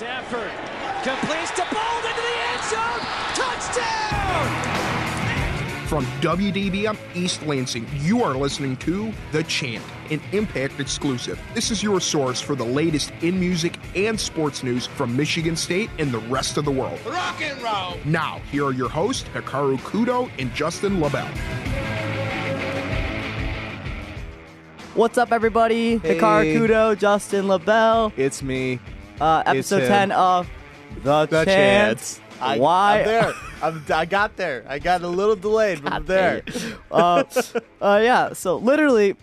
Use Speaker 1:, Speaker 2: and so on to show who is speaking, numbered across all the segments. Speaker 1: Shepard completes to Bold into the end zone. Touchdown!
Speaker 2: From WDBM East Lansing, you are listening to The Chant, an Impact exclusive. This is your source for the latest in music and sports news from Michigan State and the rest of the world.
Speaker 1: Rock and roll.
Speaker 2: Now, here are your hosts, Hikaru Kudo and Justin LaBelle.
Speaker 3: What's up, everybody?
Speaker 4: Hey.
Speaker 3: Hikaru Kudo, Justin LaBelle,
Speaker 4: It's me.
Speaker 3: uh,
Speaker 4: It's
Speaker 3: episode
Speaker 4: him.
Speaker 3: 10 of The,
Speaker 4: The
Speaker 3: Chance.
Speaker 4: chance. I,
Speaker 3: Why?
Speaker 4: I'm there. I'm, I got there. I got a little delayed, but I'm there.
Speaker 3: uh, uh, yeah, so literally,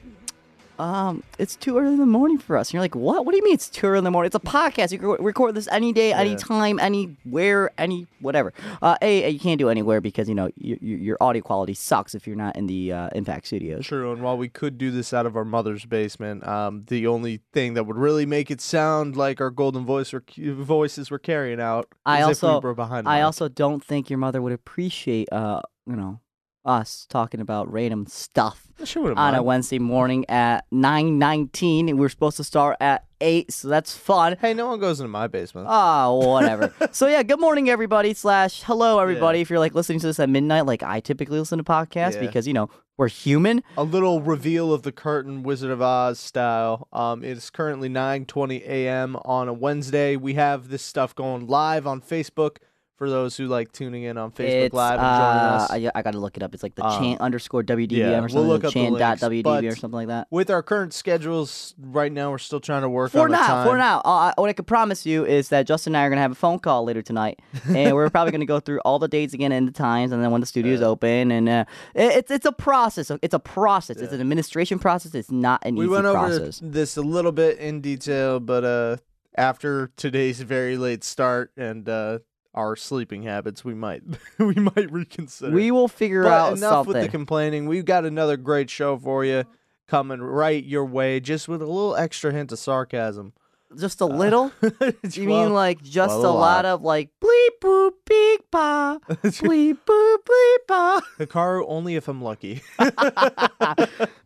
Speaker 3: um, it's too early in the morning for us. And you're like, what? What do you mean it's too early in the morning? It's a podcast. You can re- record this any day, any time, anywhere, any whatever. Uh, a, you can't do anywhere because, you know, your, your audio quality sucks if you're not in the uh, Impact Studios.
Speaker 4: True. And while we could do this out of our mother's basement, um, the only thing that would really make it sound like our golden voice were, voices were carrying out
Speaker 3: I
Speaker 4: is
Speaker 3: also,
Speaker 4: if we were behind.
Speaker 3: I
Speaker 4: one.
Speaker 3: also don't think your mother would appreciate, uh, you know, us talking about random stuff
Speaker 4: She wouldn't
Speaker 3: on a
Speaker 4: mind.
Speaker 3: Wednesday morning at nine nineteen. We're supposed to start at eight, so that's fun.
Speaker 4: Hey, no one goes into my basement.
Speaker 3: Oh, whatever. so yeah, good morning, everybody. Slash, hello, everybody. If you're like listening to this at midnight, like I typically listen to podcasts
Speaker 4: Yeah.
Speaker 3: because you know we're human.
Speaker 4: a little reveal of the curtain Wizard of Oz style. Um, it is currently 9:20 a.m. on a Wednesday. We have this stuff going live on Facebook for those who like tuning in on Facebook
Speaker 3: it's,
Speaker 4: Live and joining
Speaker 3: uh,
Speaker 4: us.
Speaker 3: I, I got to look it up. It's like the
Speaker 4: Um,
Speaker 3: chant underscore WDBM
Speaker 4: yeah,
Speaker 3: or something.
Speaker 4: we'll look
Speaker 3: the
Speaker 4: up the
Speaker 3: chant dot
Speaker 4: links, but-
Speaker 3: WDBM or something like that.
Speaker 4: With our current schedules right now, we're still trying to work
Speaker 3: For
Speaker 4: on a
Speaker 3: now,
Speaker 4: time.
Speaker 3: for now. Uh, what I can promise you is that Justin and I are going to have a phone call later tonight, and we're probably going to go through all the dates again and the times, and then when the studio's open, and uh, it, it's it's a process. It's a process. It's an administration process. It's not an
Speaker 4: We
Speaker 3: easy
Speaker 4: went over
Speaker 3: process.
Speaker 4: this a little bit in detail, but uh, after today's very late start and uh, our sleeping habits, we might we might reconsider.
Speaker 3: We will figure out
Speaker 4: enough with the
Speaker 3: something.
Speaker 4: complaining. We've got another great show for you coming right your way, just with a little extra hint of sarcasm.
Speaker 3: just a little.
Speaker 4: you
Speaker 3: you mean like just
Speaker 4: uh, well,
Speaker 3: a
Speaker 4: a
Speaker 3: lot
Speaker 4: lot.
Speaker 3: of like bleep boop beep ba bleep boop bleep ba?
Speaker 4: Hikaru only if I'm lucky?
Speaker 3: All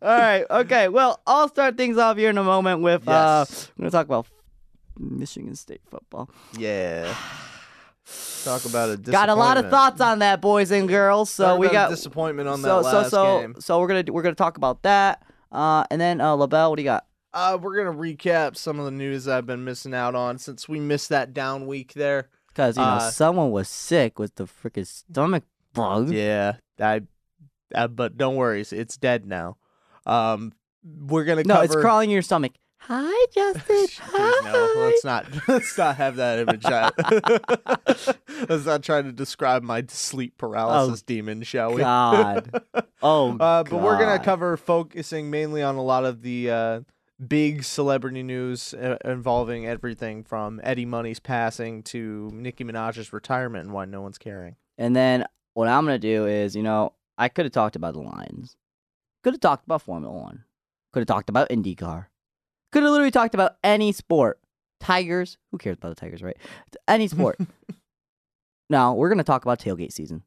Speaker 3: right. Okay. Well, I'll start things off here in a moment with. Uh,
Speaker 4: Yes.
Speaker 3: we're going to talk about Michigan State football.
Speaker 4: yeah. Talk about a
Speaker 3: Got a lot of
Speaker 4: disappointment.
Speaker 3: thoughts on that, boys and girls. So
Speaker 4: Talk
Speaker 3: we
Speaker 4: about a
Speaker 3: got
Speaker 4: disappointment on
Speaker 3: so
Speaker 4: that
Speaker 3: so
Speaker 4: last
Speaker 3: so
Speaker 4: game.
Speaker 3: so we're gonna we're gonna talk about that. Uh, and then uh, Labelle, what do you got?
Speaker 4: Uh, we're gonna recap some of the news I've been missing out on since we missed that down week there.
Speaker 3: Because you know
Speaker 4: Uh,
Speaker 3: someone was sick with the freaking stomach bug.
Speaker 4: Yeah, I, I. But don't worry, it's- it's dead now. Um, we're gonna
Speaker 3: no,
Speaker 4: cover.
Speaker 3: it's crawling in your stomach. Hi, Justin.
Speaker 4: Jeez,
Speaker 3: Hi.
Speaker 4: no, let's not let's not have that image out. let's not try to describe my sleep paralysis demon, shall we?
Speaker 3: Oh, God. Oh,
Speaker 4: Uh, but we're gonna
Speaker 3: God.
Speaker 4: cover focusing mainly on a lot of the uh, big celebrity news uh, involving everything from Eddie Money's passing to Nicki Minaj's retirement and why no one's caring.
Speaker 3: And then what I'm gonna do is, you know, I could have talked about the lines, could have talked about Formula One, could have talked about IndyCar, could have literally talked about any sport. Tigers, who cares about the Tigers, right? Any sport. now we're gonna talk about tailgate season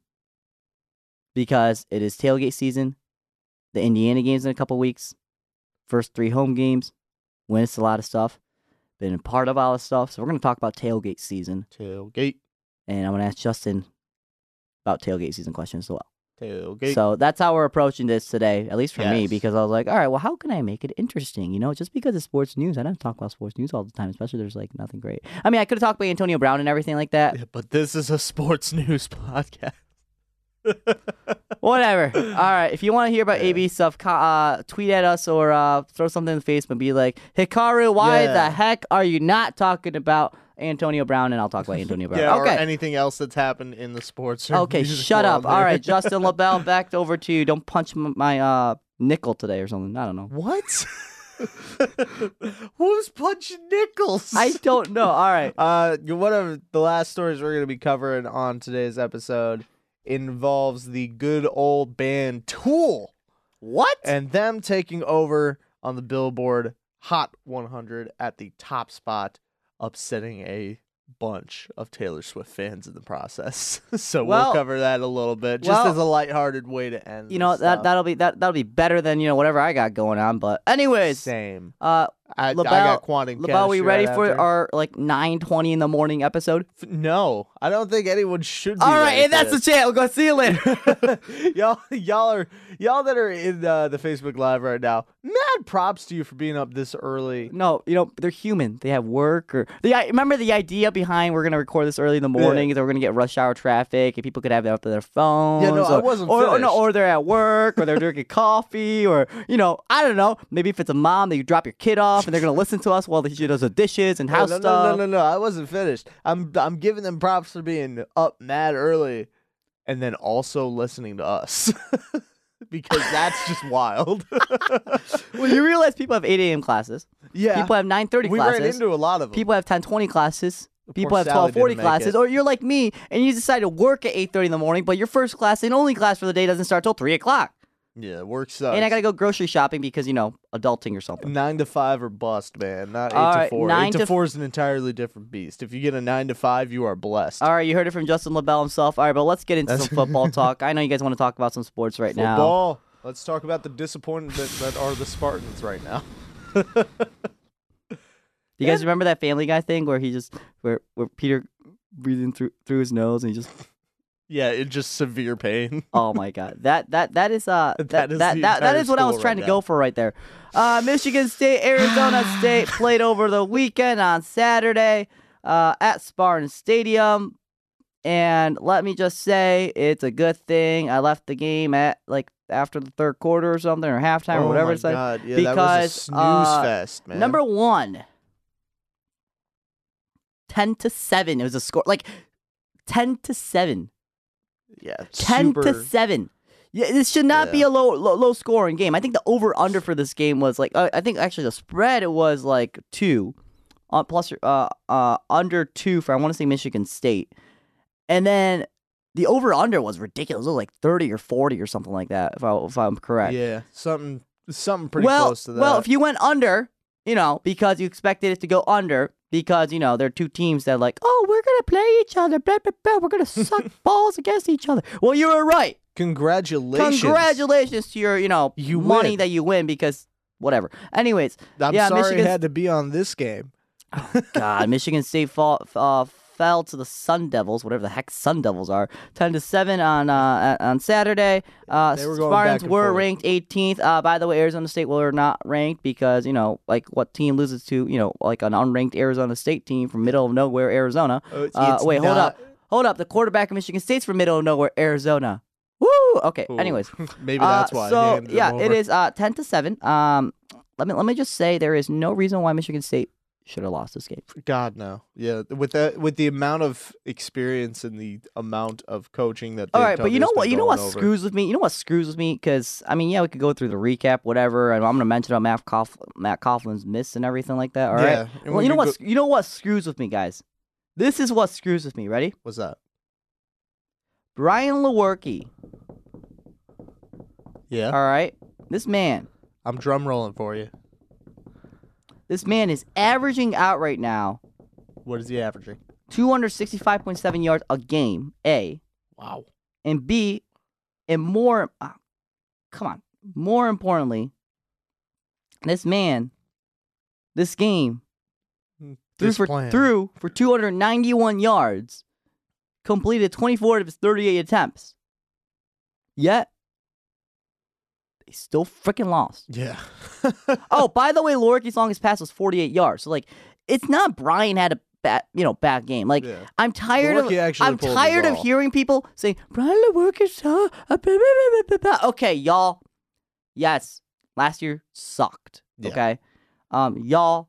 Speaker 3: because it is tailgate season. The Indiana games in a couple weeks, first three home games, witnessed a lot of stuff, been a part of all this stuff. So we're gonna talk about tailgate season
Speaker 4: Tailgate,
Speaker 3: and I'm gonna ask Justin about tailgate season questions as well.
Speaker 4: tailgate.
Speaker 3: So that's how we're approaching this today, at least for me,
Speaker 4: Yes.
Speaker 3: because I was like, all right, well, how can I make it interesting? You know, just because it's sports news, I don't talk about sports news all the time, especially there's like nothing great. I mean, I could have talked about Antonio Brown and everything like that.
Speaker 4: Yeah, but this is a sports news podcast.
Speaker 3: Whatever. all right, if you want to hear about AB stuff, co- uh, tweet at us or uh, throw something in the Facebook. Be like, Hikaru, why
Speaker 4: Yeah.
Speaker 3: the heck are you not talking about Antonio Brown? And I'll talk about Antonio Brown.
Speaker 4: Yeah,
Speaker 3: okay.
Speaker 4: or anything else that's happened in the sports. or
Speaker 3: Okay,
Speaker 4: music
Speaker 3: shut
Speaker 4: world
Speaker 3: up. All
Speaker 4: there.
Speaker 3: right, Justin LaBelle, back over to you. Don't punch m- my uh, nickel today or something. I don't know.
Speaker 4: What? Who's punching nickels?
Speaker 3: I don't know. All right.
Speaker 4: Uh, whatever. The last stories we're gonna be covering on today's episode involves the good old band Tool
Speaker 3: What?
Speaker 4: and them taking over on the Billboard Hot 100 at the top spot, upsetting a bunch of Taylor Swift fans in the process. so
Speaker 3: Well-
Speaker 4: we'll cover that a little bit, just
Speaker 3: well,
Speaker 4: as a lighthearted way to end.
Speaker 3: You know
Speaker 4: this
Speaker 3: that
Speaker 4: stuff.
Speaker 3: that'll be that that'll be better than you know whatever I got going on. But anyways,
Speaker 4: same.
Speaker 3: uh,
Speaker 4: I, I
Speaker 3: LaBelle-
Speaker 4: got Quantum
Speaker 3: LaBelle, we
Speaker 4: chemistry
Speaker 3: ready
Speaker 4: right
Speaker 3: for
Speaker 4: after.
Speaker 3: our like nine twenty in the morning episode?
Speaker 4: F- No, I don't think anyone should. Be
Speaker 3: All right, and that's the
Speaker 4: the
Speaker 3: chat. We'll go see you later.
Speaker 4: y'all, y'all are y'all that are in uh, the Facebook Live right now. Mad props to you for being up this early.
Speaker 3: No, you know they're human. They have work or the I remember the idea behind we're gonna record this early in the morning is that we're gonna get rush hour traffic and people could have it up to their phones.
Speaker 4: I
Speaker 3: or,
Speaker 4: wasn't
Speaker 3: Or, or no,
Speaker 4: finished.
Speaker 3: or they're at work or they're drinking coffee or you know I don't know. Maybe if it's a mom that you drop your kid off and they're gonna listen to us while she does the dishes and
Speaker 4: No,
Speaker 3: house
Speaker 4: no, no,
Speaker 3: stuff.
Speaker 4: no, no, no, I wasn't finished. I'm I'm giving them props for being up mad early, and then also listening to us because that's just wild.
Speaker 3: Well, you realize people have 8 a.m. classes.
Speaker 4: yeah,
Speaker 3: People have 9:30
Speaker 4: we
Speaker 3: classes.
Speaker 4: ran into a lot of them.
Speaker 3: people have 10:20 classes. People have
Speaker 4: Sally
Speaker 3: 12:40
Speaker 4: didn't make
Speaker 3: classes,
Speaker 4: it.
Speaker 3: or you're like me and you decide to work at 8:30 in the morning, but your first class and only class for the day doesn't start till three o'clock.
Speaker 4: yeah, work sucks.
Speaker 3: And I gotta go grocery shopping because you know adulting or something.
Speaker 4: Nine to five or bust, man. Not eight
Speaker 3: All
Speaker 4: to
Speaker 3: right,
Speaker 4: four.
Speaker 3: nine
Speaker 4: Eight to,
Speaker 3: to f-
Speaker 4: four is an entirely different beast. If you get a nine to five, you are blessed.
Speaker 3: All right, you heard it from Justin LaBelle himself. All right, but let's get into
Speaker 4: That's-
Speaker 3: some football talk. I know you guys want to talk about some sports right now.
Speaker 4: Football. Let's talk about the disappointment that are the Spartans right now.
Speaker 3: Do you guys remember that Family Guy thing where he just where where Peter breathing through through his nose and he just
Speaker 4: Yeah, it just severe pain.
Speaker 3: oh my god that that that is uh that
Speaker 4: That
Speaker 3: that
Speaker 4: is
Speaker 3: that,
Speaker 4: the
Speaker 3: that, that
Speaker 4: entire
Speaker 3: is what I was
Speaker 4: school
Speaker 3: trying
Speaker 4: right
Speaker 3: to go
Speaker 4: now.
Speaker 3: for right there. Uh, Michigan State, Arizona State played over the weekend on Saturday uh, at Spartan Stadium, and let me just say it's a good thing I left the game at like after the third quarter or something or halftime or whatever.
Speaker 4: Oh my
Speaker 3: it's like.
Speaker 4: God. Yeah, that was a
Speaker 3: because,
Speaker 4: snooze
Speaker 3: uh,
Speaker 4: fest, man.
Speaker 3: Number one, 10 to 7. It was a score. Like 10 to 7.
Speaker 4: yeah,
Speaker 3: 10
Speaker 4: super,
Speaker 3: to 7. Yeah, this should not be
Speaker 4: Yeah.
Speaker 3: a low, low low scoring game. I think the over under for this game was like uh, I think actually the spread it was like 2 uh, plus or- uh uh under 2 for I want to say Michigan State. And then the over under was ridiculous. It was like 30 or 40 or something like that if I if I'm correct
Speaker 4: Yeah, something, something pretty
Speaker 3: well,
Speaker 4: close to that.
Speaker 3: Well, if you went under, you know, because you expected it to go under, because you know there are two teams that like, oh, we're gonna play each other, blah blah blah, we're gonna suck balls against each other. Well, you were right.
Speaker 4: Congratulations!
Speaker 3: Congratulations to your, you know,
Speaker 4: You
Speaker 3: money
Speaker 4: win.
Speaker 3: that you win because whatever. Anyways,
Speaker 4: I'm
Speaker 3: yeah,
Speaker 4: sorry
Speaker 3: Michigan's-
Speaker 4: it had to be on this game.
Speaker 3: God, Michigan State fall, uh, fell to the Sun Devils, whatever the heck Sun Devils are, ten to seven on uh, on Saturday. Uh,
Speaker 4: They were going back
Speaker 3: Spartans
Speaker 4: and
Speaker 3: were
Speaker 4: forth.
Speaker 3: ranked 18th. Uh, by the way, Arizona State were not ranked because you know, like what team loses to you know, like an unranked Arizona State team from middle of nowhere Arizona.
Speaker 4: Oh, it's-
Speaker 3: Uh,
Speaker 4: it's
Speaker 3: wait, hold
Speaker 4: not-
Speaker 3: up, hold up. The quarterback of Michigan State's from middle of nowhere Arizona. Woo. Okay.
Speaker 4: Ooh,
Speaker 3: Anyways,
Speaker 4: maybe
Speaker 3: uh,
Speaker 4: that's why. they
Speaker 3: so
Speaker 4: handed them
Speaker 3: yeah, it
Speaker 4: over.
Speaker 3: is uh, ten to seven. Um, let me let me just say there is no reason why Michigan State should have lost this game.
Speaker 4: God no. Yeah, with that, with the amount of experience and the amount of coaching that.
Speaker 3: All
Speaker 4: Dave
Speaker 3: right, but you
Speaker 4: Tugger's
Speaker 3: know
Speaker 4: been
Speaker 3: what? You know
Speaker 4: going
Speaker 3: what
Speaker 4: over.
Speaker 3: screws with me? You know what screws with me? Because I mean, yeah, we could go through the recap, whatever, and I'm gonna mention how Matt, Cough- Matt Coughlin's miss and everything like that. All right.
Speaker 4: Yeah, and
Speaker 3: Well,
Speaker 4: we
Speaker 3: you know
Speaker 4: could
Speaker 3: what? sc- you know what screws with me, guys? This is what screws with me. Ready?
Speaker 4: Go, what's that?
Speaker 3: Brian Lewerke.
Speaker 4: Yeah,
Speaker 3: All right. This man.
Speaker 4: I'm drum rolling for you.
Speaker 3: This man is averaging out right now
Speaker 4: What is he averaging?
Speaker 3: 265.7 yards a game. A
Speaker 4: Wow.
Speaker 3: and B, and more. Uh, come on. More importantly, this man, this game. threw
Speaker 4: This
Speaker 3: for
Speaker 4: plan.
Speaker 3: threw for 291 yards, completed 24 of his 38 attempts. Yet they still freaking lost.
Speaker 4: Yeah.
Speaker 3: oh, by the way, Lorike's longest pass was 48 yards. So like, it's not Brian had a bad, you know, bad game. Like
Speaker 4: Yeah.
Speaker 3: I'm tired
Speaker 4: Lewerke
Speaker 3: of
Speaker 4: actually
Speaker 3: I'm
Speaker 4: pulled the
Speaker 3: tired of
Speaker 4: ball.
Speaker 3: hearing people saying Brian Lorike's uh, uh, blah, blah, blah, blah, blah, blah." okay, y'all. Yes, last year sucked.
Speaker 4: Yeah.
Speaker 3: Okay, um, y'all,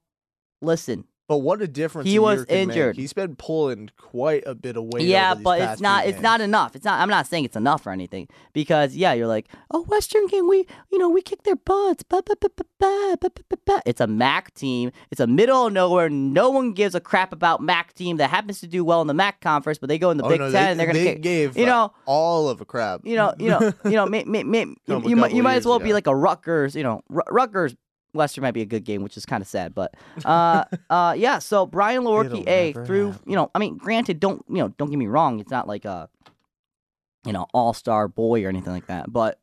Speaker 3: listen.
Speaker 4: But what a difference
Speaker 3: He
Speaker 4: a
Speaker 3: was
Speaker 4: year can make.
Speaker 3: injured.
Speaker 4: He's been pulling quite a bit of weight.
Speaker 3: yeah,
Speaker 4: over these
Speaker 3: but
Speaker 4: past
Speaker 3: it's
Speaker 4: few
Speaker 3: not it's
Speaker 4: games.
Speaker 3: not enough. It's not I'm not saying it's enough or anything because yeah, you're like, "Oh, Western game, we you know, we kick their butts." Ba, ba, ba, ba, ba, ba, ba, ba, ba. It's a MAC team. It's a middle of nowhere. No one gives a crap about MAC team that happens to do well in the MAC conference, but they go in the
Speaker 4: Oh,
Speaker 3: Big 10
Speaker 4: no, they,
Speaker 3: and they're going to
Speaker 4: they
Speaker 3: kick.
Speaker 4: gave
Speaker 3: you
Speaker 4: uh,
Speaker 3: know,
Speaker 4: all of a crap.
Speaker 3: you know, you know, you know, may, may, may,
Speaker 4: Come
Speaker 3: you,
Speaker 4: a
Speaker 3: you, might,
Speaker 4: couple
Speaker 3: you might
Speaker 4: years
Speaker 3: as well be
Speaker 4: ago.
Speaker 3: like a Rutgers, you know, Ru- Rutgers Western might be a good game, which is kind of sad, but uh, uh, yeah. So Brian Lewerke,
Speaker 4: It'll
Speaker 3: a
Speaker 4: never
Speaker 3: through,
Speaker 4: happen.
Speaker 3: you know, I mean, granted, don't you know, don't get me wrong, it's not like a, you know, all star boy or anything like that, but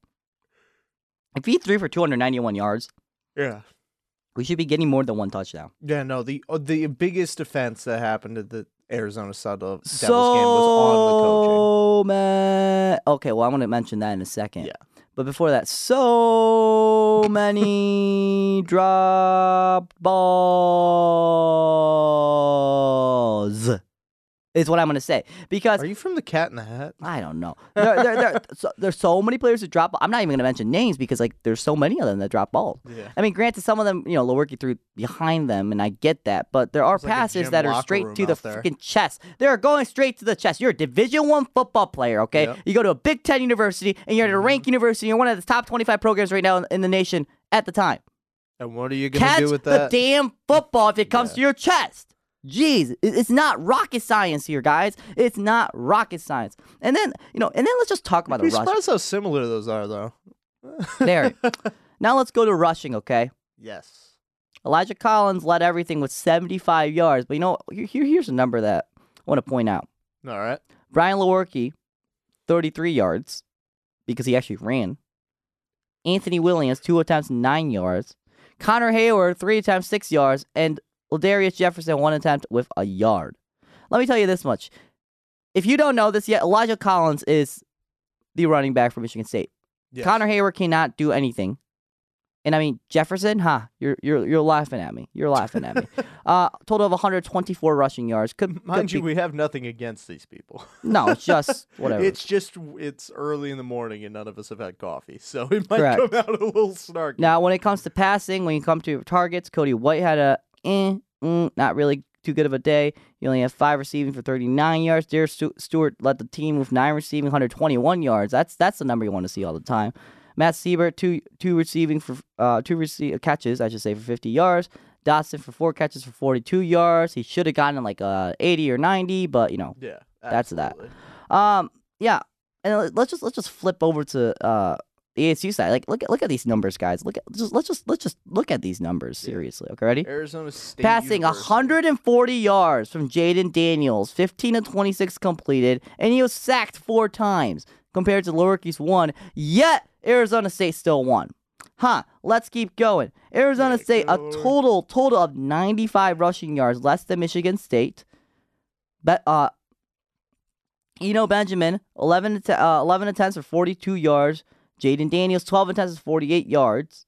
Speaker 3: if he threw for 291 yards,
Speaker 4: Yeah.
Speaker 3: We should be getting more than one touchdown.
Speaker 4: Yeah, no, the uh, the biggest offense that happened at the Arizona Sun Devils
Speaker 3: so,
Speaker 4: game was on the coaching.
Speaker 3: ma- okay, well, I'm going to mention that in a second.
Speaker 4: Yeah.
Speaker 3: But before that, so many dropped balls is what I'm going to say. Because
Speaker 4: Are you from the Cat in the Hat?
Speaker 3: I don't know. There, there, there, so, there's so many players that drop. I'm not even going to mention names because like there's so many of them that drop balls.
Speaker 4: Yeah.
Speaker 3: I mean, granted, some of them you know they're working through behind them, and I get that. But there are
Speaker 4: It's like a
Speaker 3: passes
Speaker 4: gym
Speaker 3: that are
Speaker 4: locker
Speaker 3: straight
Speaker 4: room
Speaker 3: to the
Speaker 4: out there.
Speaker 3: freaking chest. They are going straight to the chest. You're a Division One football player, okay?
Speaker 4: Yep. Mm-hmm.
Speaker 3: You go to a Big Ten university, and you're at a ranked university. You're one of the top 25 programs right now in, in the nation at the time.
Speaker 4: And what are you gonna
Speaker 3: Catch
Speaker 4: do with
Speaker 3: the
Speaker 4: that?
Speaker 3: damn football if it comes to your chest. Jeez, it- it's not rocket science here, guys. It's not rocket science. And then you know, and then let's just talk about
Speaker 4: Be
Speaker 3: the rush.
Speaker 4: surprised how similar those are, though.
Speaker 3: There. Now let's go to rushing, okay?
Speaker 4: Yes.
Speaker 3: Elijah Collins led everything with 75 yards. But you know, here, here- here's a number that I want to point out.
Speaker 4: All right.
Speaker 3: Brian Lewerke, 33 yards, because he actually ran. Anthony Williams, two attempts, nine yards. Connor Hayward, three attempts, six yards. And Ladarius Jefferson, one attempt with a yard. Let me tell you this much. If you don't know this yet, Elijah Collins is the running back for Michigan State.
Speaker 4: Yes.
Speaker 3: Connor Hayward cannot do anything. And I mean Jefferson, huh? You're you're you're laughing at me. You're laughing at me. Uh, total of 124 rushing yards. Could
Speaker 4: Mind
Speaker 3: could
Speaker 4: you,
Speaker 3: be-
Speaker 4: we have nothing against these people.
Speaker 3: no, it's just whatever.
Speaker 4: It's just it's early in the morning and none of us have had coffee, so it might
Speaker 3: Correct.
Speaker 4: come out a little snarky.
Speaker 3: Now, when it comes to passing, when you come to your targets, Cody White had a eh, mm, not really too good of a day. He only had five receiving for 39 yards. Darius Stu- Stewart led the team with nine receiving, 121 yards. That's that's the number you want to see all the time. Matt Siebert two two receiving for uh, two rece- catches, I should say, for 50 yards. Dotson for four catches for 42 yards. He should have gotten like uh, 80 or 90, but you know,
Speaker 4: yeah,
Speaker 3: That's that.
Speaker 4: absolutely.
Speaker 3: um, yeah, and let- let's just let's just flip over to uh the ASU side. Like, look at look at these numbers, guys. Look at just let's just let's just look at these numbers
Speaker 4: Yeah.
Speaker 3: seriously. Okay, ready?
Speaker 4: Arizona State
Speaker 3: Passing
Speaker 4: University.
Speaker 3: 140 yards from Jaden Daniels, 15 of 26 completed, and he was sacked four times compared to Lurkey's one. Yet Arizona State still won. Huh? Let's keep going. Arizona
Speaker 4: Yeah,
Speaker 3: State a
Speaker 4: go.
Speaker 3: total total of 95 rushing yards less than Michigan State. But uh, Eno Benjamin 11 att- uh, 11 attempts for 42 yards. Jaden Daniels 12 attempts for 48 yards,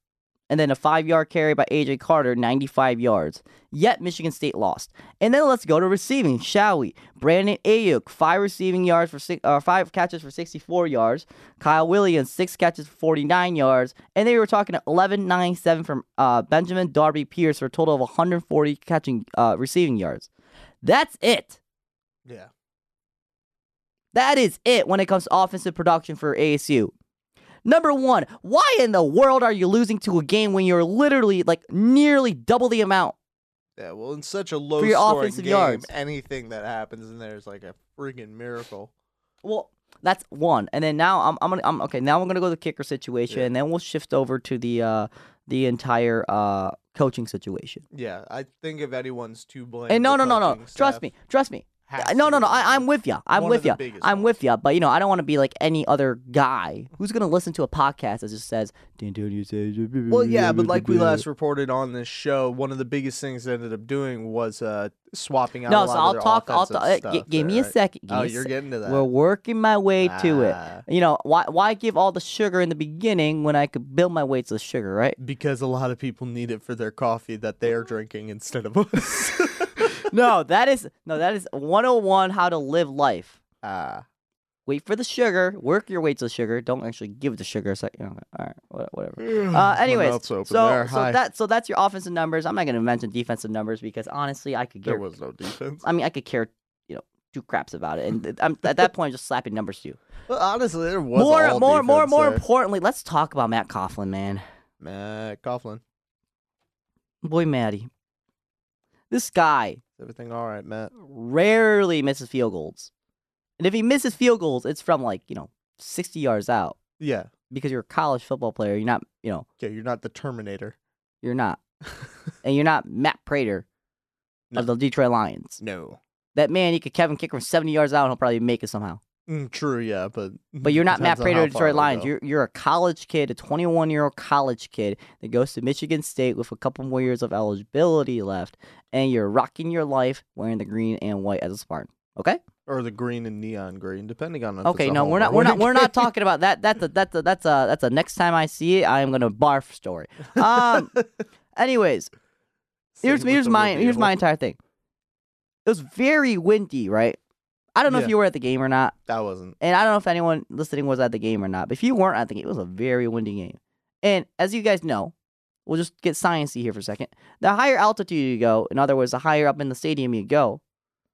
Speaker 3: and then a five yard carry by AJ Carter 95 yards. Yet Michigan State lost. And then let's go to receiving, shall we? Brandon Ayuk five receiving yards for six, uh, five catches for 64 yards. Kyle Williams six catches for 49 yards, and they were talking at 11 9 7 from uh, Benjamin Darby Pierce for a total of 140 catching uh, receiving yards. That's it.
Speaker 4: Yeah.
Speaker 3: That is it when it comes to offensive production for ASU. Number one, why in the world are you losing to a game when you're literally like nearly double the amount?
Speaker 4: Yeah, well, in such a low
Speaker 3: your
Speaker 4: scoring
Speaker 3: offensive
Speaker 4: game,
Speaker 3: yards.
Speaker 4: anything that happens in there is like a friggin' miracle.
Speaker 3: Well, that's one. And then now I'm I'm, gonna, I'm okay. Now I'm gonna go to the kicker situation,
Speaker 4: Yeah.
Speaker 3: and then we'll shift over to the uh the entire uh coaching situation.
Speaker 4: Yeah, I think if anyone's to blame,
Speaker 3: And no,
Speaker 4: the
Speaker 3: no, no, no.
Speaker 4: coaching
Speaker 3: Trust
Speaker 4: staff
Speaker 3: me, trust me.
Speaker 4: has
Speaker 3: Uh, No, no,
Speaker 4: to be
Speaker 3: no.
Speaker 4: the
Speaker 3: I, I'm
Speaker 4: blame.
Speaker 3: with you. I'm
Speaker 4: One of
Speaker 3: with
Speaker 4: the
Speaker 3: you.
Speaker 4: biggest
Speaker 3: I'm
Speaker 4: ones.
Speaker 3: with you. But you know, I don't want to be like any other guy who's gonna listen to a podcast that's just says D'Antonio says.
Speaker 4: Well, yeah, but like we last reported on this show, one of the biggest things they ended up doing was uh, swapping out.
Speaker 3: No,
Speaker 4: a lot
Speaker 3: so
Speaker 4: of
Speaker 3: I'll
Speaker 4: their
Speaker 3: talk. I'll
Speaker 4: offensive
Speaker 3: ta- uh,
Speaker 4: stuff
Speaker 3: gi- give
Speaker 4: there,
Speaker 3: me a
Speaker 4: right?
Speaker 3: second. give
Speaker 4: Oh,
Speaker 3: me a
Speaker 4: you're
Speaker 3: sec-
Speaker 4: getting to that.
Speaker 3: We're working my way to it.
Speaker 4: Ah.
Speaker 3: You know, why why give all the sugar in the beginning when I could build my way to the sugar, right?
Speaker 4: because a lot of people need it for their coffee that they are
Speaker 3: Mm-hmm.
Speaker 4: drinking instead of us.
Speaker 3: no, that is no, that is 101 how to live life.
Speaker 4: Ah,
Speaker 3: Wait for the sugar. Work your way to the sugar. Don't actually give the sugar. It's like, you know, all right, wha- whatever. Uh, anyways,
Speaker 4: Hmm, mouth's
Speaker 3: so,
Speaker 4: open
Speaker 3: so
Speaker 4: there. Hi.
Speaker 3: that so that's your offensive numbers. I'm not gonna mention defensive numbers because honestly, I could
Speaker 4: there
Speaker 3: care.
Speaker 4: was no defense.
Speaker 3: I mean, I could care, you know, two craps about it. And th- I'm, at that point, I'm just slapping numbers to you.
Speaker 4: Well, honestly, there was
Speaker 3: more,
Speaker 4: all
Speaker 3: more, more,
Speaker 4: defense
Speaker 3: more
Speaker 4: there.
Speaker 3: importantly, let's talk about Matt Coughlin, man.
Speaker 4: Matt Coughlin,
Speaker 3: Boy, Matty, this guy
Speaker 4: is everything all right, Matt?
Speaker 3: rarely misses field goals, and if he misses field goals, it's from like you know sixty yards out
Speaker 4: Yeah,
Speaker 3: because you're a college football player. You're not, you know,
Speaker 4: yeah, you're not the Terminator.
Speaker 3: you're not, and you're not Matt Prater
Speaker 4: No.
Speaker 3: of the Detroit Lions.
Speaker 4: No.
Speaker 3: That man, he could Kevin kick from seventy yards out, and he'll probably make it somehow.
Speaker 4: Mm, true, yeah, but
Speaker 3: But you're not Matt
Speaker 4: depends on
Speaker 3: Prater
Speaker 4: how
Speaker 3: of
Speaker 4: far
Speaker 3: Detroit
Speaker 4: we
Speaker 3: Lions.
Speaker 4: go.
Speaker 3: You're you're a college kid, a 21 year old college kid that goes to Michigan State with a couple more years of eligibility left, and you're rocking your life wearing the green and white as a Spartan. Okay.
Speaker 4: or the green and neon green, depending on. If
Speaker 3: Okay.
Speaker 4: it's a
Speaker 3: No,
Speaker 4: home
Speaker 3: we're not.
Speaker 4: run.
Speaker 3: We're not. We're not talking about that. That's a. That's a. That's a. That's a. Next time I see it, I am gonna barf story. Um. Anyways,
Speaker 4: Same
Speaker 3: here's
Speaker 4: with
Speaker 3: here's
Speaker 4: the
Speaker 3: my here's
Speaker 4: reveal.
Speaker 3: my entire thing. It was very windy, right? I don't know if
Speaker 4: Yeah.
Speaker 3: you were at the game or not.
Speaker 4: That wasn't.
Speaker 3: and I don't know if anyone listening was at the game or not, but if you weren't at the game, it was a very windy game. And as you guys know, we'll just get sciencey here for a second. The higher altitude you go, in other words, the higher up in the stadium you go,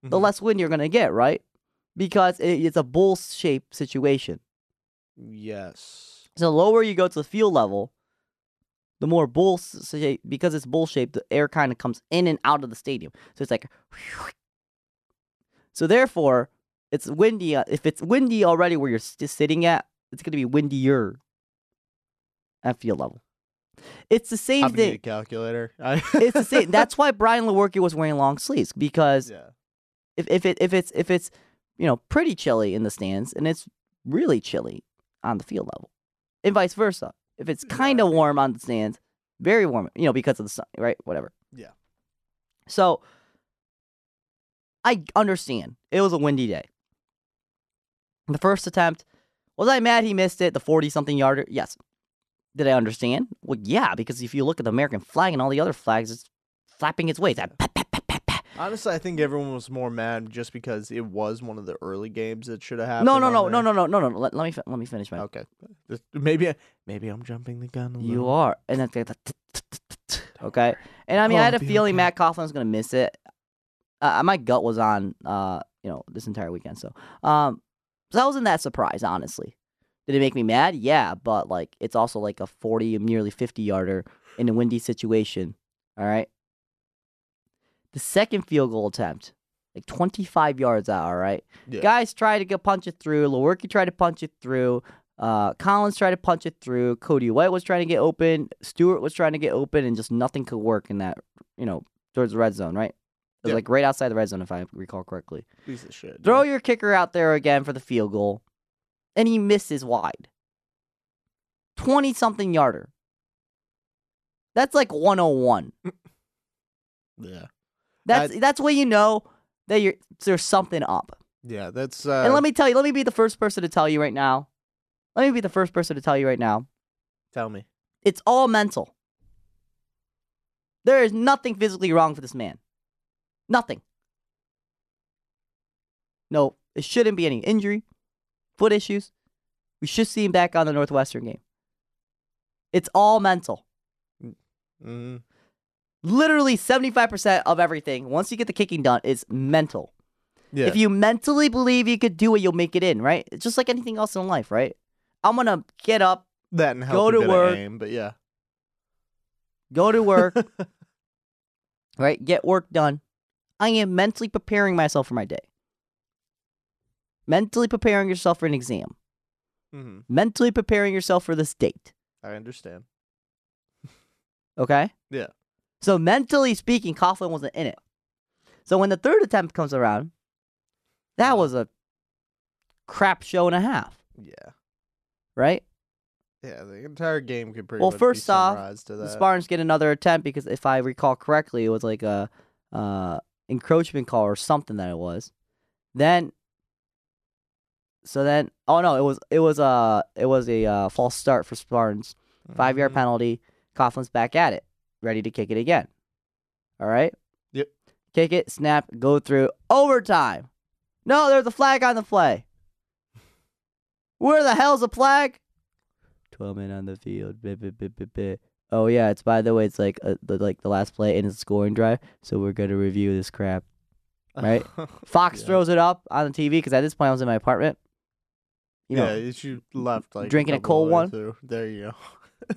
Speaker 3: the
Speaker 4: Mhm.
Speaker 3: less wind you're going to get, right? Because it, it's a bowl shaped situation.
Speaker 4: Yes.
Speaker 3: So the lower you go to the field level, the more bowl shaped, because it's bowl shaped, the air kind of comes in and out of the stadium. So it's like, so therefore, it's windy. uh, If it's windy already where you're st- sitting at, it's going to be windier at field level. It's the same
Speaker 4: I'm need a
Speaker 3: thing.
Speaker 4: calculator. I-
Speaker 3: It's the same. That's why Brian Lewerke was wearing long sleeves because
Speaker 4: yeah.
Speaker 3: if if it if it's if it's you know pretty chilly in the stands and it's really chilly on the field level, and vice versa. If it's kind of warm on the stands, very warm, you know, because of the sun, right? Whatever.
Speaker 4: Yeah.
Speaker 3: So I understand it was a windy day. The first attempt was I mad he missed it, the forty-something yarder. Yes. Did I understand? Well, yeah, because if you look at the American flag and all the other flags, it's flapping its way. It's that pat, pat, pat, pat, pat.
Speaker 4: Honestly, I think everyone was more mad just because it was one of the early games that should have happened.
Speaker 3: No, no,
Speaker 4: on
Speaker 3: no, no,
Speaker 4: there.
Speaker 3: no, no, no, no, no. Let, let me fi- let me finish my.
Speaker 4: Okay. Just- Maybe maybe I'm jumping the gun. A
Speaker 3: You
Speaker 4: little.
Speaker 3: are, and then like the t- t- t- t- t- okay. And I mean, I
Speaker 4: I'll
Speaker 3: had a
Speaker 4: Oh, be
Speaker 3: feeling
Speaker 4: okay.
Speaker 3: Matt Coughlin was gonna miss it. Uh, my gut was on, uh, you know, this entire weekend. So, um, so I wasn't that surprised, honestly. Did it make me mad? Yeah, but like, it's also like a forty, nearly fifty yarder in a windy situation. All right. The second field goal attempt, like twenty-five yards out. All right.
Speaker 4: Yeah.
Speaker 3: Guys tried to go punch it through. Lewerke tried to punch it through. Uh, Collins tried to punch it through. Cody White was trying to get open. Stewart was trying to get open, and just nothing could work in that, you know, towards the red zone, right? It was
Speaker 4: Yeah.
Speaker 3: like right outside the red zone, if I recall correctly.
Speaker 4: Piece of shit.
Speaker 3: Throw
Speaker 4: dude.
Speaker 3: your kicker out there again for the field goal, and he misses wide. 20 something yarder. That's like 101.
Speaker 4: Yeah.
Speaker 3: That's, that's when you know that you're, there's something up.
Speaker 4: Yeah. That's. Uh,
Speaker 3: and let me tell you, let me be the first person to tell you right now. Let me be the first person to tell you right now.
Speaker 4: tell me.
Speaker 3: It's all mental. There is nothing physically wrong for this man. Nothing. No, it shouldn't be any injury, foot issues. We should see him back on the Northwestern game. It's all mental.
Speaker 4: hmm
Speaker 3: Literally 75% of everything, once you get the kicking done, is mental.
Speaker 4: Yeah.
Speaker 3: If you mentally believe you could do it, you'll make it in, right? It's just like anything else in life, right? I'm gonna get up,
Speaker 4: that and help
Speaker 3: go
Speaker 4: you
Speaker 3: to
Speaker 4: get a
Speaker 3: work.
Speaker 4: aim, but yeah.
Speaker 3: go to work, right? Get work done. I am mentally preparing myself for my day. Mentally preparing yourself for an exam.
Speaker 4: hmm
Speaker 3: Mentally preparing yourself for this date.
Speaker 4: I understand.
Speaker 3: Okay?
Speaker 4: Yeah.
Speaker 3: So mentally speaking, Coughlin wasn't in it. So when the third attempt comes around,
Speaker 4: Mm-hmm.
Speaker 3: that was a crap show and a half,
Speaker 4: Yeah.
Speaker 3: right?
Speaker 4: Yeah. The entire game could pretty
Speaker 3: Well,
Speaker 4: much
Speaker 3: first
Speaker 4: be
Speaker 3: off,
Speaker 4: summarized to
Speaker 3: the
Speaker 4: that.
Speaker 3: Spartans get another attempt because if I recall correctly, it was like a uh, encroachment call or something that it was. Then, so then, oh no, it was it was a it was a uh, false start for Spartans. Five yard
Speaker 4: Mhm.
Speaker 3: penalty. Coughlin's back at it, ready to kick it again. All right.
Speaker 4: Yep.
Speaker 3: Kick it, snap, go through overtime. No, there's a flag on the play. Where the hell's a flag? Twelve men on the field. Bit, bit, bit, bit, bit. Oh yeah, it's by the way, it's like uh, the, like the last play in a scoring drive. So we're gonna review this crap. right? Fox
Speaker 4: Yeah.
Speaker 3: throws it up on the TV because at this point I was in my apartment. You know,
Speaker 4: yeah. it's You left like
Speaker 3: drinking a
Speaker 4: couple of
Speaker 3: cold
Speaker 4: ways
Speaker 3: one.
Speaker 4: through. There you go.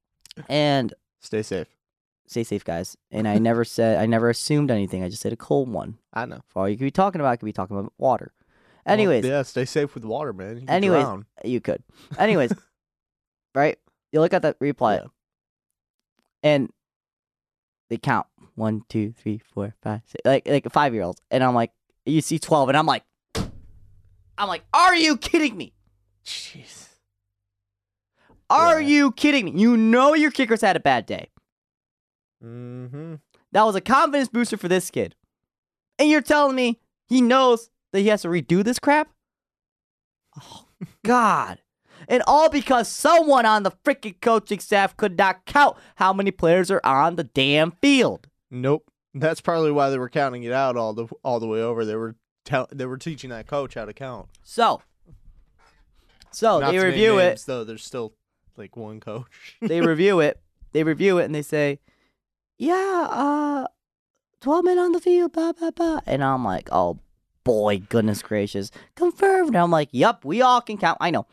Speaker 3: and
Speaker 4: Stay safe.
Speaker 3: stay safe, guys. And I never said I never assumed anything. I just said a cold one.
Speaker 4: I know.
Speaker 3: For all you could be talking about, I could be talking about water.
Speaker 4: Well,
Speaker 3: Anyways,
Speaker 4: yeah. Stay safe with water, man. You could
Speaker 3: Anyways,
Speaker 4: drown.
Speaker 3: you could. Anyways, right? You look at that replay,
Speaker 4: Yeah.
Speaker 3: and they count one, two, three, four, five, six, like like five year olds, and I'm like, you see twelve, and I'm like, I'm like, are you kidding me?
Speaker 4: Jeez.
Speaker 3: Are
Speaker 4: Yeah.
Speaker 3: you kidding me? You know your kicker's had a bad day.
Speaker 4: Mm-hmm.
Speaker 3: That was a confidence booster for this kid. And you're telling me he knows that he has to redo this crap? Oh, God. And all because someone on the freaking coaching staff could not count how many players are on the damn field.
Speaker 4: Nope. That's probably why they were counting it out all the all the way over. They were tell they were teaching that coach how to count.
Speaker 3: So, so
Speaker 4: Not
Speaker 3: Oh, they
Speaker 4: to name
Speaker 3: review it.
Speaker 4: names, though. There's still like one coach.
Speaker 3: they review it. They review it and they say, "Yeah, uh, twelve men on the field, blah blah blah." And I'm like, "Oh boy, goodness gracious, confirmed." And I'm like, "Yep, we all can count. I know."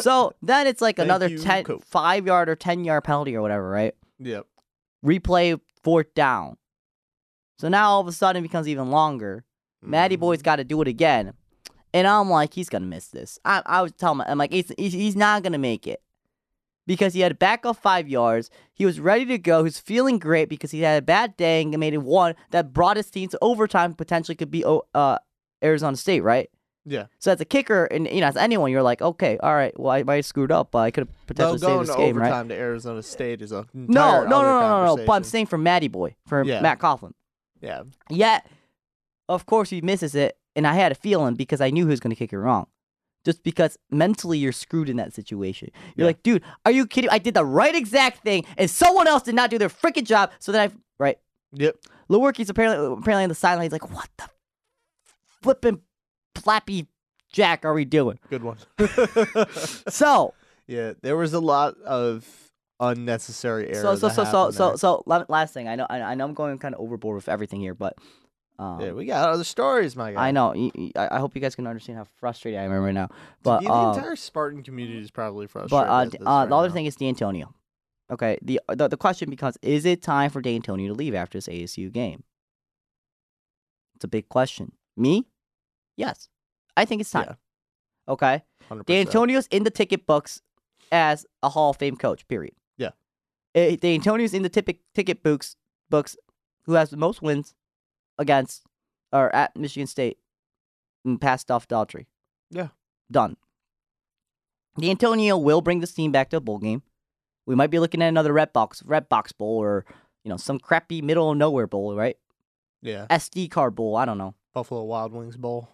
Speaker 3: So then it's like
Speaker 4: Thank
Speaker 3: another
Speaker 4: you,
Speaker 3: ten,
Speaker 4: coach.
Speaker 3: five yard or ten yard penalty or whatever, right?
Speaker 4: yep.
Speaker 3: Replay fourth down. So now all of a sudden it becomes even longer. Maddie
Speaker 4: Mm-hmm.
Speaker 3: Boy's got to do it again. And I'm like, he's gonna miss this. I, I was telling him, I'm like, he's, he's he's not gonna make it because he had a back off five yards. He was ready to go. He's feeling great because he had a bad day and made it one that brought his team to overtime. Potentially could be O- uh, Arizona State, right?
Speaker 4: Yeah.
Speaker 3: So as a kicker, and you know, as anyone, you're like, okay, all right, well, I, I screwed up, but I could have
Speaker 4: Though
Speaker 3: potentially
Speaker 4: going
Speaker 3: saved this
Speaker 4: to
Speaker 3: game, right?
Speaker 4: overtime to Arizona State is a
Speaker 3: No,
Speaker 4: entire
Speaker 3: no, no, no, no,
Speaker 4: other
Speaker 3: no. But I'm
Speaker 4: conversation.
Speaker 3: saying for Matty Boy, for
Speaker 4: Yeah.
Speaker 3: Matt Coughlin.
Speaker 4: yeah.
Speaker 3: Yet, of course, he misses it, and I had a feeling because I knew he was going to kick it wrong. Just because mentally you're screwed in that situation. You're
Speaker 4: Yeah.
Speaker 3: like, dude, are you kidding? I did the right exact thing, and someone else did not do their freaking job. So then I, right?
Speaker 4: Yep.
Speaker 3: Lewerke's apparently apparently on the sideline. He's like, what the flipping flappy jack are we doing?
Speaker 4: Good one.
Speaker 3: So,
Speaker 4: yeah. There was a lot of unnecessary errors.
Speaker 3: so, so,
Speaker 4: that
Speaker 3: so, so,
Speaker 4: happened
Speaker 3: so,
Speaker 4: there.
Speaker 3: so, la- last thing. I know, I, I know, I'm going kind of overboard with everything here, but um,
Speaker 4: Yeah, we got other stories, my guy.
Speaker 3: I know. y- y- I I hope you guys can understand how frustrated I am right now.
Speaker 4: Dude,
Speaker 3: But
Speaker 4: the
Speaker 3: uh,
Speaker 4: entire Spartan community is probably
Speaker 3: but
Speaker 4: frustrated.
Speaker 3: uh,
Speaker 4: at
Speaker 3: d-
Speaker 4: this
Speaker 3: uh,
Speaker 4: right
Speaker 3: the other
Speaker 4: now.
Speaker 3: thing is D'Antonio. Okay, the, the the question becomes: Is it time for D'Antonio to leave after this ASU game? It's a big question. Me, yes, I think it's time. Okay,
Speaker 4: 100%.
Speaker 3: D'Antonio's in the ticket books as a Hall of Fame coach. Period.
Speaker 4: Yeah.
Speaker 3: Eh, D'Antonio's in the tipi- ticket books books who has the most wins against or at Michigan State and past off Daughtry.
Speaker 4: Yeah.
Speaker 3: Done. D'Antonio will bring this team back to a bowl game. We might be looking at another Red Box Red Box Bowl or you know some crappy middle of nowhere bowl, right?
Speaker 4: Yeah.
Speaker 3: SD card bowl. I don't know.
Speaker 4: Buffalo Wild Wings Bowl.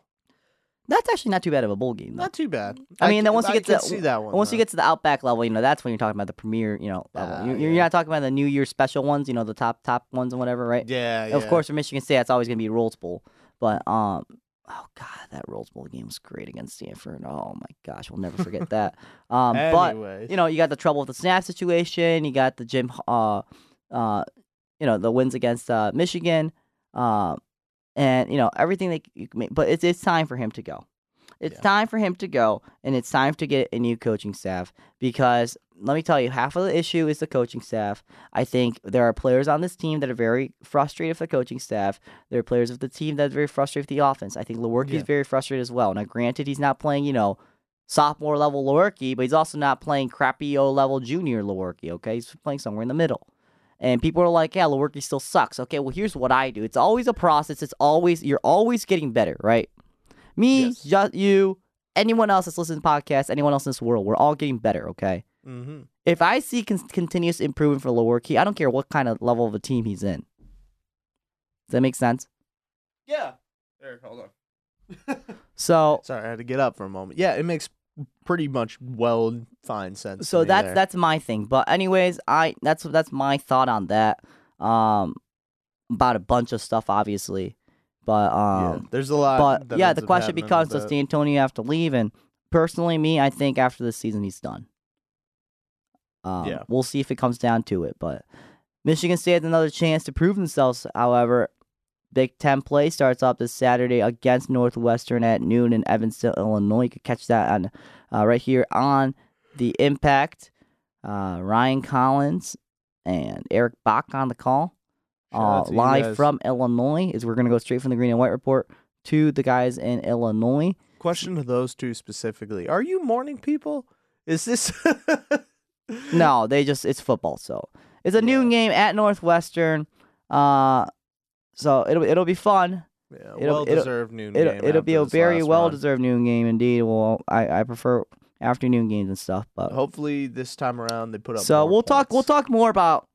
Speaker 3: That's actually not too bad of a bowl game. Though.
Speaker 4: Not too bad.
Speaker 3: I mean,
Speaker 4: c-
Speaker 3: then once you
Speaker 4: I
Speaker 3: get
Speaker 4: can
Speaker 3: to-
Speaker 4: see that one.
Speaker 3: And once you
Speaker 4: though.
Speaker 3: get to the outback level, you know that's when you're talking about the premier, you know, level.
Speaker 4: Ah,
Speaker 3: you're, you're
Speaker 4: yeah.
Speaker 3: not talking about the New Year special ones, you know, the top top ones and whatever, right?
Speaker 4: yeah,
Speaker 3: Of
Speaker 4: yeah.
Speaker 3: course, for Michigan State, that's always gonna be Rolls Bowl, but um, oh god, that Rolls Bowl game was great against Stanford. Oh my gosh, we'll never forget that. Um, but
Speaker 4: Anyways.
Speaker 3: you know, you got the trouble with the snap situation. You got the Jim, uh, uh, you know, the wins against uh, Michigan, uh, and you know everything that you can make. But it's it's time for him to go. It's
Speaker 4: Yeah.
Speaker 3: time for him to go, and it's time to get a new coaching staff because let me tell you, half of the issue is the coaching staff. I think there are players on this team that are very frustrated with the coaching staff. There are players of the team that are very frustrated with the offense. I think Lewerke
Speaker 4: Yeah.
Speaker 3: is very frustrated as well. Now, granted, he's not playing, you know, sophomore level Lewerke, but he's also not playing crappy O level junior Lewerke, okay? He's playing somewhere in the middle. And people are like, yeah, Lewerke still sucks. Okay, well, here's what I do. It's always a process. It's always, you're always getting better, right? Me,
Speaker 4: Yes.
Speaker 3: ju- you, anyone else that's listening to podcasts, anyone else in this world, we're all getting better, okay?
Speaker 4: Mhm.
Speaker 3: If I see con- continuous improvement for Lewerke, I don't care what kind of level of a team he's in. Does that make sense?
Speaker 4: Yeah. There, hold on.
Speaker 3: So,
Speaker 4: Sorry, I had to get up for a moment. Yeah, it makes pretty much well fine sense. to
Speaker 3: so
Speaker 4: me
Speaker 3: that's
Speaker 4: there.
Speaker 3: that's my thing. But anyways, I that's that's my thought on that. Um, about a bunch of stuff, obviously, but
Speaker 4: Yeah,
Speaker 3: um,
Speaker 4: there's a lot.
Speaker 3: but
Speaker 4: that
Speaker 3: yeah,
Speaker 4: ends
Speaker 3: the
Speaker 4: up
Speaker 3: question
Speaker 4: happening
Speaker 3: becomes:
Speaker 4: with
Speaker 3: Does
Speaker 4: that.
Speaker 3: D'Antonio have to leave? And personally, me, I think after this season, he's done. Um,
Speaker 4: Yeah.
Speaker 3: we'll see if it comes down to it. But Michigan State has another chance to prove themselves. However, Big Ten play starts off this Saturday against Northwestern at noon in Evanston, Illinois. You can catch that on uh, right here on the Impact. Uh, Ryan Collins and Eric Bach on the call.
Speaker 4: Shout
Speaker 3: Uh,
Speaker 4: out to you
Speaker 3: live
Speaker 4: guys.
Speaker 3: from Illinois is we're gonna go straight from the green and white report to the guys in Illinois.
Speaker 4: question to those two specifically: Are you morning people? Is this
Speaker 3: No, they just it's football, so it's a noon game at Northwestern. Uh, so it'll it'll be fun.
Speaker 4: Yeah,
Speaker 3: It'll-
Speaker 4: well deserved noon
Speaker 3: It'll,
Speaker 4: game.
Speaker 3: it'll be
Speaker 4: after
Speaker 3: a
Speaker 4: this
Speaker 3: very
Speaker 4: last
Speaker 3: well
Speaker 4: run.
Speaker 3: deserved noon game indeed. Well, I, I prefer afternoon games and stuff, but
Speaker 4: Hopefully this time around they put up.
Speaker 3: so
Speaker 4: more
Speaker 3: we'll talk
Speaker 4: points.
Speaker 3: we'll talk more about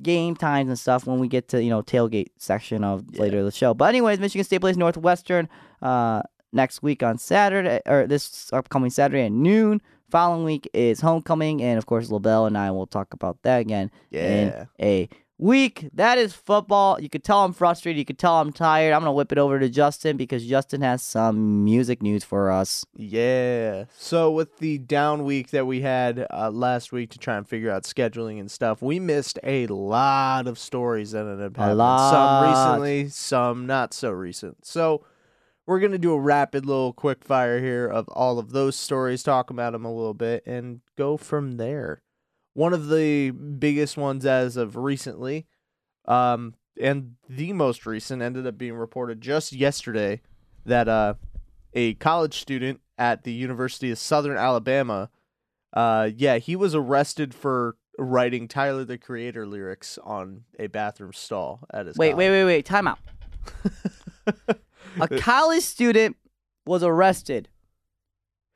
Speaker 3: game times and stuff when we get to you know tailgate section of later the show but anyways michigan state plays northwestern uh next week on saturday or this upcoming saturday at noon following week is homecoming and of course LaBelle and i will talk about that again
Speaker 4: Yeah.
Speaker 3: in a week that is football you could tell i'm frustrated you could tell i'm tired i'm gonna whip it over to justin because justin has some music news for us
Speaker 4: Yeah. So with the down week that we had uh, last week to try and figure out scheduling and stuff, we missed a lot of stories that ended up
Speaker 3: A
Speaker 4: happening.
Speaker 3: lot.
Speaker 4: Some recently, some not so recent. So we're gonna do a rapid little quick fire here of all of those stories, talk about them a little bit, and go from there. One of the biggest ones as of recently, um, and the most recent ended up being reported just yesterday that uh a college student at the University of Southern Alabama. Uh, yeah, he was arrested for writing Tyler the Creator lyrics on a bathroom stall at his.
Speaker 3: Wait,
Speaker 4: college.
Speaker 3: wait, wait, wait. Time out. a college student was arrested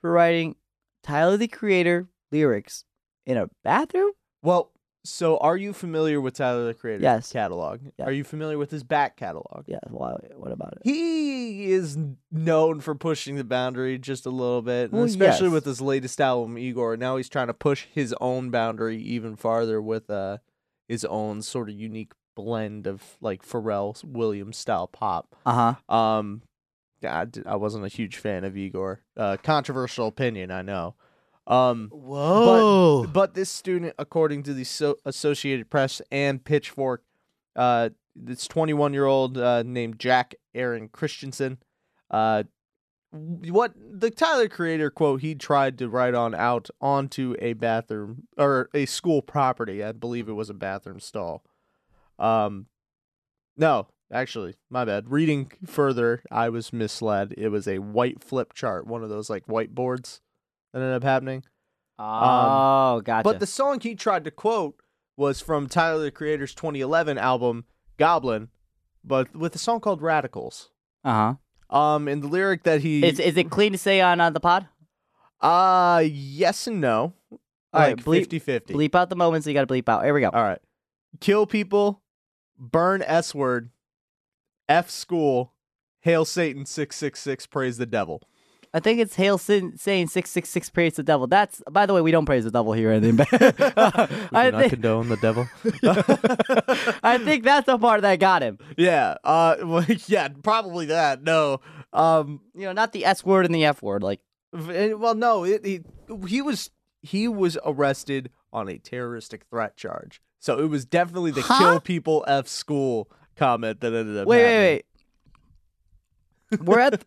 Speaker 3: for writing Tyler the Creator lyrics in a bathroom?
Speaker 4: Well, so are you familiar with Tyler the Creator's
Speaker 3: Yes.
Speaker 4: catalog?
Speaker 3: Yeah.
Speaker 4: Are you familiar with his back catalog?
Speaker 3: Yeah, why, what about it?
Speaker 4: He is known for pushing the boundary just a little bit, and
Speaker 3: Well,
Speaker 4: especially
Speaker 3: yes.
Speaker 4: with his latest album, Igor. Now he's trying to push his own boundary even farther with uh, his own sort of unique blend of like Pharrell Williams style pop.
Speaker 3: Uh huh.
Speaker 4: Um, yeah, I, d- I wasn't a huge fan of Igor. Uh, controversial opinion, I know. Um, Whoa. but this student, according to the so- Associated Press and Pitchfork, uh, this 21 year old uh, named Jack Aaron Christensen, uh, what the Tyler creator quote he tried to write on out onto a bathroom or a school property. I believe it was a bathroom stall. Um, no, actually, my bad. Reading further, I was misled. It was a white flip chart, one of those like whiteboards that ended up happening.
Speaker 3: Oh, gotcha.
Speaker 4: But the song he tried to quote was from Tyler the Creator's 2011 album Goblin, but with a song called Radicals.
Speaker 3: uh huh.
Speaker 4: Um, and the lyric that he
Speaker 3: Is, is it clean to say on uh, the pod?
Speaker 4: uh yes and no,
Speaker 3: All right, bleep-
Speaker 4: like 50-50.
Speaker 3: Bleep out the moments you got to bleep out. Here we go.
Speaker 4: All right, kill people, burn S word, F school, hail Satan six six six, praise the devil.
Speaker 3: I think it's Hail Sin saying 666 praise the devil. That's, by the way, we don't praise the devil here. in the I, think,
Speaker 4: condone the devil.
Speaker 3: I think that's the part that got him.
Speaker 4: yeah, uh, well, yeah, probably that. No, um,
Speaker 3: You know, not the S word and the F word. Like,
Speaker 4: V- eh, Well, no, it, he he was he was arrested on a terroristic threat charge. So it was definitely the
Speaker 3: Huh?
Speaker 4: kill people f school comment that ended up.
Speaker 3: Wait,
Speaker 4: happening.
Speaker 3: wait, wait. We're at.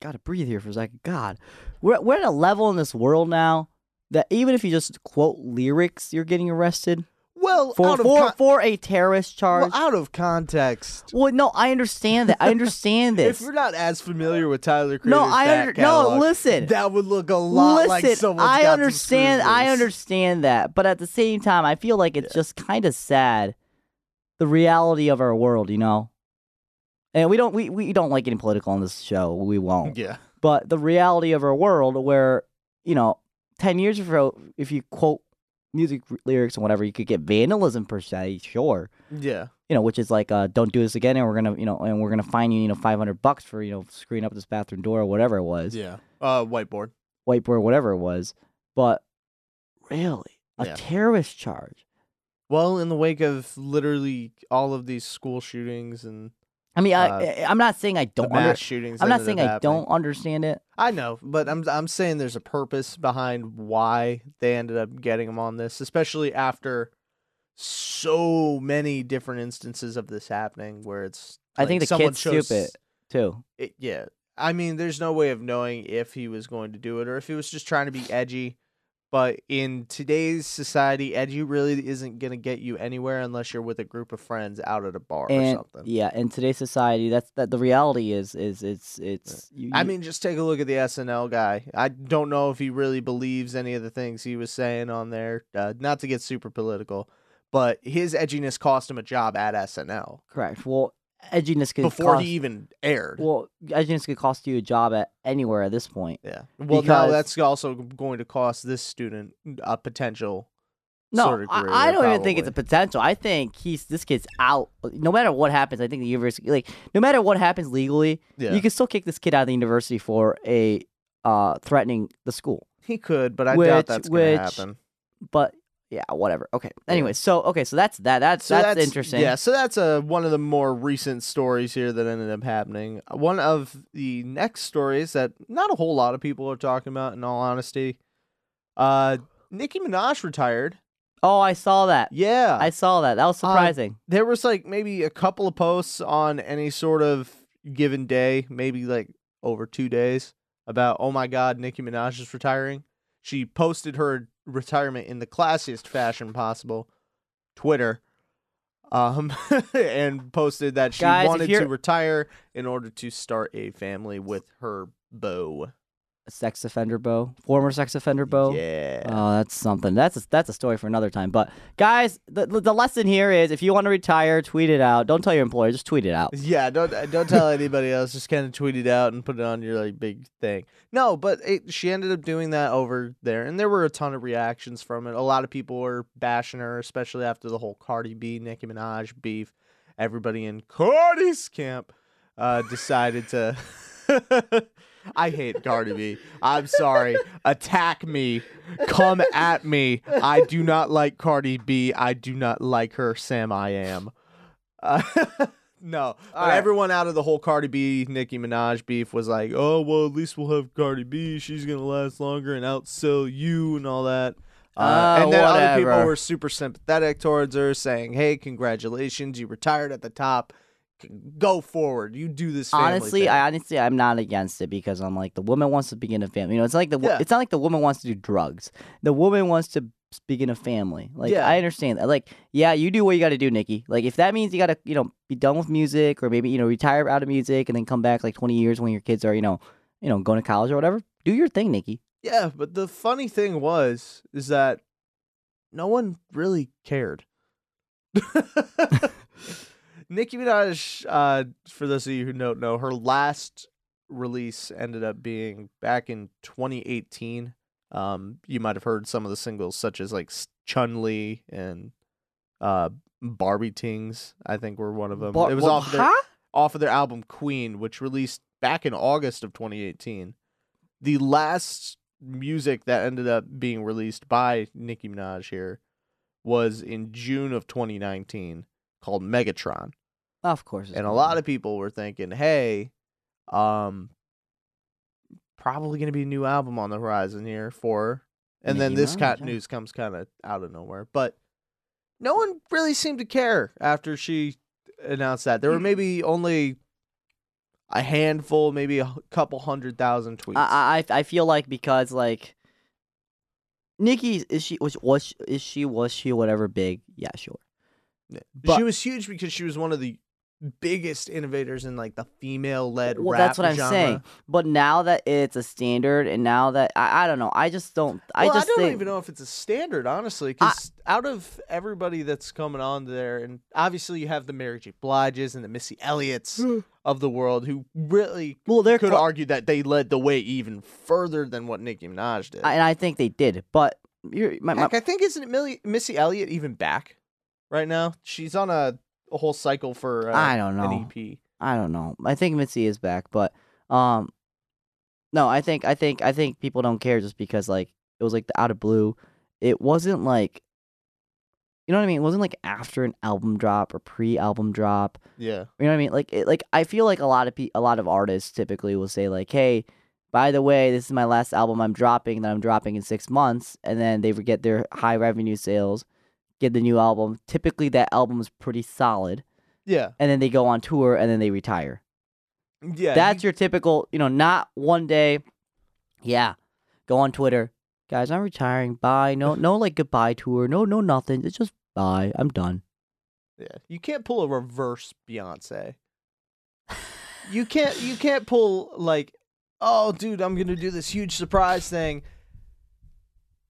Speaker 3: Gotta breathe here for a second. God, we're we're at a level in this world now that even if you just quote lyrics, you're getting arrested
Speaker 4: Well,
Speaker 3: for
Speaker 4: out
Speaker 3: for,
Speaker 4: of con-
Speaker 3: for a terrorist charge.
Speaker 4: well,
Speaker 3: Well,
Speaker 4: out of context.
Speaker 3: no, I understand that. I understand
Speaker 4: If
Speaker 3: this.
Speaker 4: you're not as familiar with Tyler Creator's
Speaker 3: No, I
Speaker 4: back
Speaker 3: under, no.
Speaker 4: catalog,
Speaker 3: Listen,
Speaker 4: that would look a lot
Speaker 3: listen.
Speaker 4: like someone.
Speaker 3: I understand. I understand that, but at the same time, I feel like it's just kind of sad, the reality of our world. You know. And we don't we, we don't like getting political on this show. We won't.
Speaker 4: Yeah,
Speaker 3: but the reality of our world where you know 10 years ago if you quote music r- lyrics and whatever you could get vandalism per se sure
Speaker 4: yeah,
Speaker 3: you know which is like uh, don't do this again and we're gonna you know and we're gonna fine you you know 500 bucks for you know screwing up this bathroom door or whatever it was
Speaker 4: yeah. Uh, whiteboard.
Speaker 3: whiteboard whatever it was but really a
Speaker 4: Yeah.
Speaker 3: terrorist charge
Speaker 4: Well, in the wake of literally all of these school shootings and
Speaker 3: i mean
Speaker 4: Uh,
Speaker 3: I, I- i'm not saying i
Speaker 4: the
Speaker 3: don't
Speaker 4: mass
Speaker 3: under-
Speaker 4: shootings,
Speaker 3: i'm not
Speaker 4: that ended
Speaker 3: saying
Speaker 4: up
Speaker 3: i
Speaker 4: happening.
Speaker 3: don't understand it
Speaker 4: I know, but I'm I'm saying there's a purpose behind why they ended up getting him on this, especially after so many different instances of this happening where it's
Speaker 3: I think the
Speaker 4: someone
Speaker 3: kid's
Speaker 4: chose-
Speaker 3: stupid. too
Speaker 4: it- yeah. I mean, there's no way of knowing if he was going to do it or if he was just trying to be edgy. But in today's society, edgy really isn't going to get you anywhere unless you're with a group of friends out at a bar
Speaker 3: and
Speaker 4: or something.
Speaker 3: yeah in today's society that's that the reality is is it's it's you-
Speaker 4: I
Speaker 3: you-
Speaker 4: mean, just take a look at the SNL guy. I don't know if he really believes any of the things he was saying on there. Uh, not to get super political, but his edginess cost him a job at SNL.
Speaker 3: Correct. Well, edginess could
Speaker 4: before
Speaker 3: cost,
Speaker 4: he even aired.
Speaker 3: well, edginess could cost you a job at anywhere at this point.
Speaker 4: yeah. Well, now
Speaker 3: because-
Speaker 4: that's also going to cost this student a potential.
Speaker 3: No,
Speaker 4: sort of career,
Speaker 3: I, I don't even think it's a
Speaker 4: probably.
Speaker 3: potential. I think he's this kid's out. No matter what happens, I think the university, like no matter what happens legally,
Speaker 4: Yeah.
Speaker 3: you can still kick this kid out of the university for a uh, threatening the school.
Speaker 4: He could, but I
Speaker 3: Which-
Speaker 4: doubt that's going
Speaker 3: which-
Speaker 4: to happen.
Speaker 3: But yeah, whatever. Okay. Anyway, so okay, so that's that. That's
Speaker 4: So
Speaker 3: that's, interesting.
Speaker 4: Yeah, so that's uh one of the more recent stories here that ended up happening. Uh, One of the next stories that not a whole lot of people are talking about, in all honesty. Uh, Nicki Minaj retired.
Speaker 3: Oh, I saw that.
Speaker 4: Yeah,
Speaker 3: I saw that. That was
Speaker 4: Uh,
Speaker 3: surprising.
Speaker 4: there was like maybe a couple of posts on any sort of given day, maybe like over two days, about oh my god, Nicki Minaj is retiring. She posted her retirement in the classiest fashion possible, Twitter, um, and posted that she
Speaker 3: Guys, if
Speaker 4: wanted to
Speaker 3: you're-
Speaker 4: retire in order to start a family with her beau.
Speaker 3: sex offender Bo, former sex offender Bo.
Speaker 4: Yeah.
Speaker 3: Oh, that's something. That's a, that's a story for another time. But guys, the the lesson here is if you want to retire, tweet it out. Don't tell your employer, just tweet it out.
Speaker 4: Yeah, don't uh, don't tell anybody else. Just kind of tweet it out and put it on your like big thing. No, but it, she ended up doing that over there, and there were a ton of reactions from it. A lot of people were bashing her, especially after the whole Cardi B, Nicki Minaj beef. Everybody in Cardi's camp uh, decided to. I hate Cardi B. I'm sorry. Attack me. Come at me. I do not like Cardi B. I do not like her. Sam, I am. Uh, no, but
Speaker 3: right.
Speaker 4: everyone out of the whole Cardi B, Nicki Minaj beef was like, oh well, at least we'll have Cardi B. She's gonna last longer and outsell you and all that. Uh,
Speaker 3: Ah,
Speaker 4: and then other people
Speaker 3: whatever.
Speaker 4: were super sympathetic towards her, saying, "Hey, congratulations, you retired at the top. C- Go forward, you do this." family
Speaker 3: honestly,
Speaker 4: thing."
Speaker 3: I honestly I'm not against it because I'm like the woman wants to begin a family. You know, it's like the wo-
Speaker 4: Yeah.
Speaker 3: it's not like the woman wants to do drugs. The woman wants to begin a family. Like
Speaker 4: Yeah.
Speaker 3: I understand that. Like yeah, you do what you got to do, Nikki. Like if that means you got to you know be done with music or maybe you know retire out of music and then come back like 20 years when your kids are you know you know going to college or whatever. Do your thing, Nikki.
Speaker 4: Yeah, but the funny thing was is that no one really cared. Nicki Minaj, uh, for those of you who don't know, her last release ended up being back in 2018. Um, you might have heard some of the singles, such as like Chun Li and uh, Barbie Tings. I think were one of them.
Speaker 3: Mm, Bar-
Speaker 4: it was
Speaker 3: well,
Speaker 4: off of their
Speaker 3: huh?
Speaker 4: off of their album Queen, which released back in August of 2018. The last music that ended up being released by Nicki Minaj here was in June of 2019 called Megatron.
Speaker 3: Of course. it's
Speaker 4: And a
Speaker 3: not.
Speaker 4: lot of people were thinking, hey, um, probably going to be a new album on the horizon here for her. And then
Speaker 3: Nicki
Speaker 4: this
Speaker 3: Minaj,
Speaker 4: kind
Speaker 3: yeah.
Speaker 4: news comes kind of out of nowhere. But no one really seemed to care after she announced that.
Speaker 3: Mm.
Speaker 4: There were maybe only a handful, maybe a h- couple hundred thousand tweets.
Speaker 3: I, I I feel like because like Nikki is she was was she, is she was she whatever big yeah sure but-
Speaker 4: she was huge because she was one of the biggest innovators in like the female led
Speaker 3: well
Speaker 4: rap
Speaker 3: that's what I'm
Speaker 4: genre.
Speaker 3: saying but now that it's a standard and now that I, I don't know I just don't I
Speaker 4: well,
Speaker 3: just
Speaker 4: I don't
Speaker 3: think
Speaker 4: even know if it's a standard,
Speaker 3: I-
Speaker 4: honestly, because out of everybody that's coming on there, and obviously you have the Mary J. Blige's and the Missy Elliott's of the world, who really
Speaker 3: well they're
Speaker 4: could
Speaker 3: cla-
Speaker 4: argue that they led the way even further than what Nicki Minaj did.
Speaker 3: I- and I think they did but you're, my, my,
Speaker 4: Heck, I think isn't Millie, Missy Elliott even back right now? She's on a, a whole cycle for uh,
Speaker 3: I don't know
Speaker 4: an EP.
Speaker 3: I don't know. I think Mitzi is back, but um, no, I think I think I think people don't care just because like it was like the out of blue. It wasn't like, you know what I mean. It wasn't like after an album drop or pre-album drop.
Speaker 4: Yeah,
Speaker 3: You know what I mean? Like it, like I feel like a lot of pe- a lot of artists typically will say like, "Hey, by the way, this is my last album I'm dropping that I'm dropping in 6 months." And then they would get their high revenue sales, get the new album. Typically that album is pretty solid,
Speaker 4: yeah,
Speaker 3: and then they go on tour and then they retire.
Speaker 4: yeah.
Speaker 3: That's your typical, you know, not one day. Yeah, go on Twitter, guys. I'm retiring. Bye. No, no, like goodbye tour. No, no, nothing. It's just bye. I'm done.
Speaker 4: Yeah, you can't pull a reverse Beyonce. you can't. You can't pull like, oh, dude, I'm gonna do this huge surprise thing,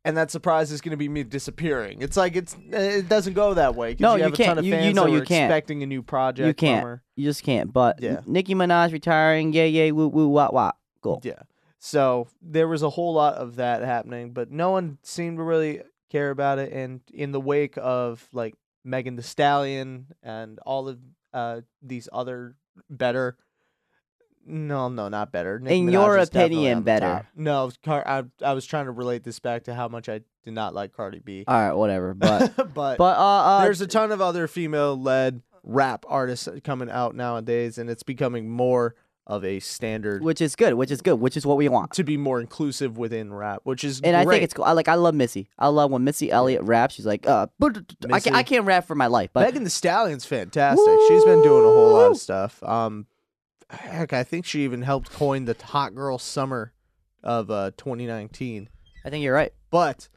Speaker 4: and that surprise is going to be me disappearing. It's like it's eh, it doesn't go that way. 'cause
Speaker 3: No, you
Speaker 4: have a
Speaker 3: can't.
Speaker 4: ton of
Speaker 3: You- you
Speaker 4: fans
Speaker 3: know
Speaker 4: that
Speaker 3: you
Speaker 4: were
Speaker 3: can't.
Speaker 4: expecting a new project.
Speaker 3: you can't.
Speaker 4: from her.
Speaker 3: You just can't. But
Speaker 4: Yeah.
Speaker 3: Nicki Minaj retiring. Yay, yay, woo, woo, wah, wah. Cool.
Speaker 4: Yeah. So there was a whole lot of that happening, but no one seemed to really care about it. And in the wake of like Megan the Stallion and all of uh, these other better, no, no, not better. Nicki
Speaker 3: In
Speaker 4: Minaj
Speaker 3: your
Speaker 4: is definitely
Speaker 3: opinion,
Speaker 4: on the
Speaker 3: better.
Speaker 4: top. No, Car- I, I was trying to relate this back to how much I did not like Cardi B.
Speaker 3: All right, whatever. But
Speaker 4: but
Speaker 3: Uh, but uh, uh
Speaker 4: there's a ton of other female-led rap artists coming out nowadays, and it's becoming more of a standard
Speaker 3: which is good, which is good, which is what we want.
Speaker 4: to be more inclusive within rap, which is
Speaker 3: And I
Speaker 4: great.
Speaker 3: think it's cool. I like. I love Missy. I love when Missy Elliott raps. She's like, uh, but I can't, I
Speaker 4: Missy.
Speaker 3: can't rap for my life. But
Speaker 4: Megan the Stallion's fantastic. She's been doing a whole lot
Speaker 3: Woo!
Speaker 4: of stuff. Um, heck, I think she even helped coin the hot girl summer of uh 2019.
Speaker 3: I think you're right.
Speaker 4: But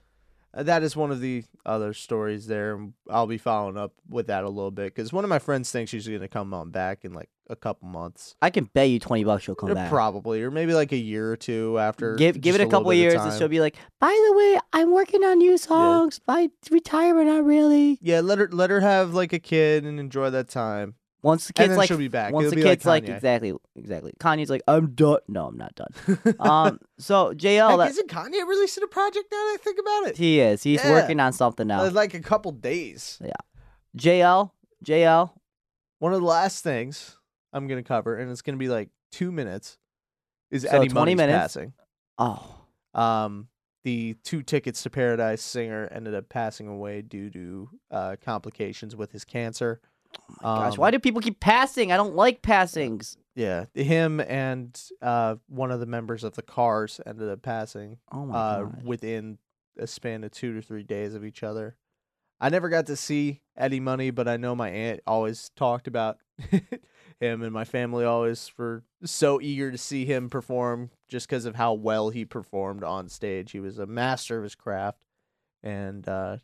Speaker 4: uh, that is one of the other stories there. and I'll be following up with that a little bit because one of my friends thinks she's going to come on back in like a couple months,
Speaker 3: I can bet you twenty bucks she'll come
Speaker 4: Or
Speaker 3: back.
Speaker 4: probably, or maybe like a year or two after.
Speaker 3: give give
Speaker 4: just
Speaker 3: it a,
Speaker 4: little
Speaker 3: couple
Speaker 4: bit of
Speaker 3: years and
Speaker 4: time.
Speaker 3: she'll be like, by the way, I'm working on new songs. My retirement, not really.
Speaker 4: yeah, let her let her have like a kid and enjoy that time.
Speaker 3: Once the
Speaker 4: And
Speaker 3: kids
Speaker 4: then
Speaker 3: like,
Speaker 4: she'll be back.
Speaker 3: once
Speaker 4: It'll
Speaker 3: the
Speaker 4: be like
Speaker 3: kids like,
Speaker 4: Kanye.
Speaker 3: exactly, exactly. Kanye's like, I'm done. No, I'm not done. um, so JL,
Speaker 4: Heck,
Speaker 3: that,
Speaker 4: isn't Kanye releasing a project now that I think about it?
Speaker 3: he is. He's
Speaker 4: Yeah.
Speaker 3: working on something now.
Speaker 4: Uh, Like a couple days.
Speaker 3: JL, JL,
Speaker 4: One of the last things I'm going to cover, and it's going to be like two minutes, is
Speaker 3: So,
Speaker 4: Eddie
Speaker 3: 20
Speaker 4: Money's
Speaker 3: minutes?
Speaker 4: passing.
Speaker 3: oh,
Speaker 4: Um, the two tickets to Paradise singer ended up passing away due to uh, complications with his cancer.
Speaker 3: Oh my gosh,
Speaker 4: Um, uh,
Speaker 3: why do people keep passing? I don't like passings.
Speaker 4: Yeah, him and uh, one of the members of the Cars ended up passing
Speaker 3: Oh my
Speaker 4: uh,
Speaker 3: god.
Speaker 4: within a span of two to three days of each other. I never got to see Eddie Money, but I know my aunt always talked about him, and my family always were so eager to see him perform just because of how well he performed on stage. He was a master of his craft and uh,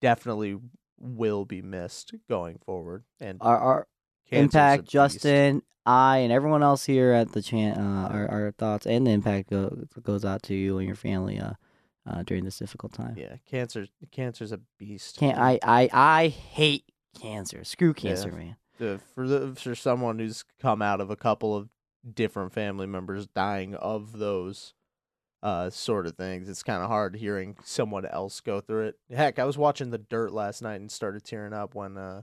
Speaker 4: definitely will be missed going forward. And
Speaker 3: Our, our
Speaker 4: cancer's a
Speaker 3: Uh, impact,
Speaker 4: beast.
Speaker 3: Justin, I, and everyone else here at the chant, uh, our, our thoughts and the impact go, goes out to you and your family uh, uh, during this difficult time.
Speaker 4: Yeah, cancer, cancer's a beast.
Speaker 3: Can't
Speaker 4: dude.
Speaker 3: I, I I hate cancer. Screw
Speaker 4: Yeah.
Speaker 3: cancer, man.
Speaker 4: to, for the, for someone who's come out of a couple of different family members dying of those uh sort of things it's kind of hard hearing someone else go through it heck i was watching the dirt last night and started tearing up when uh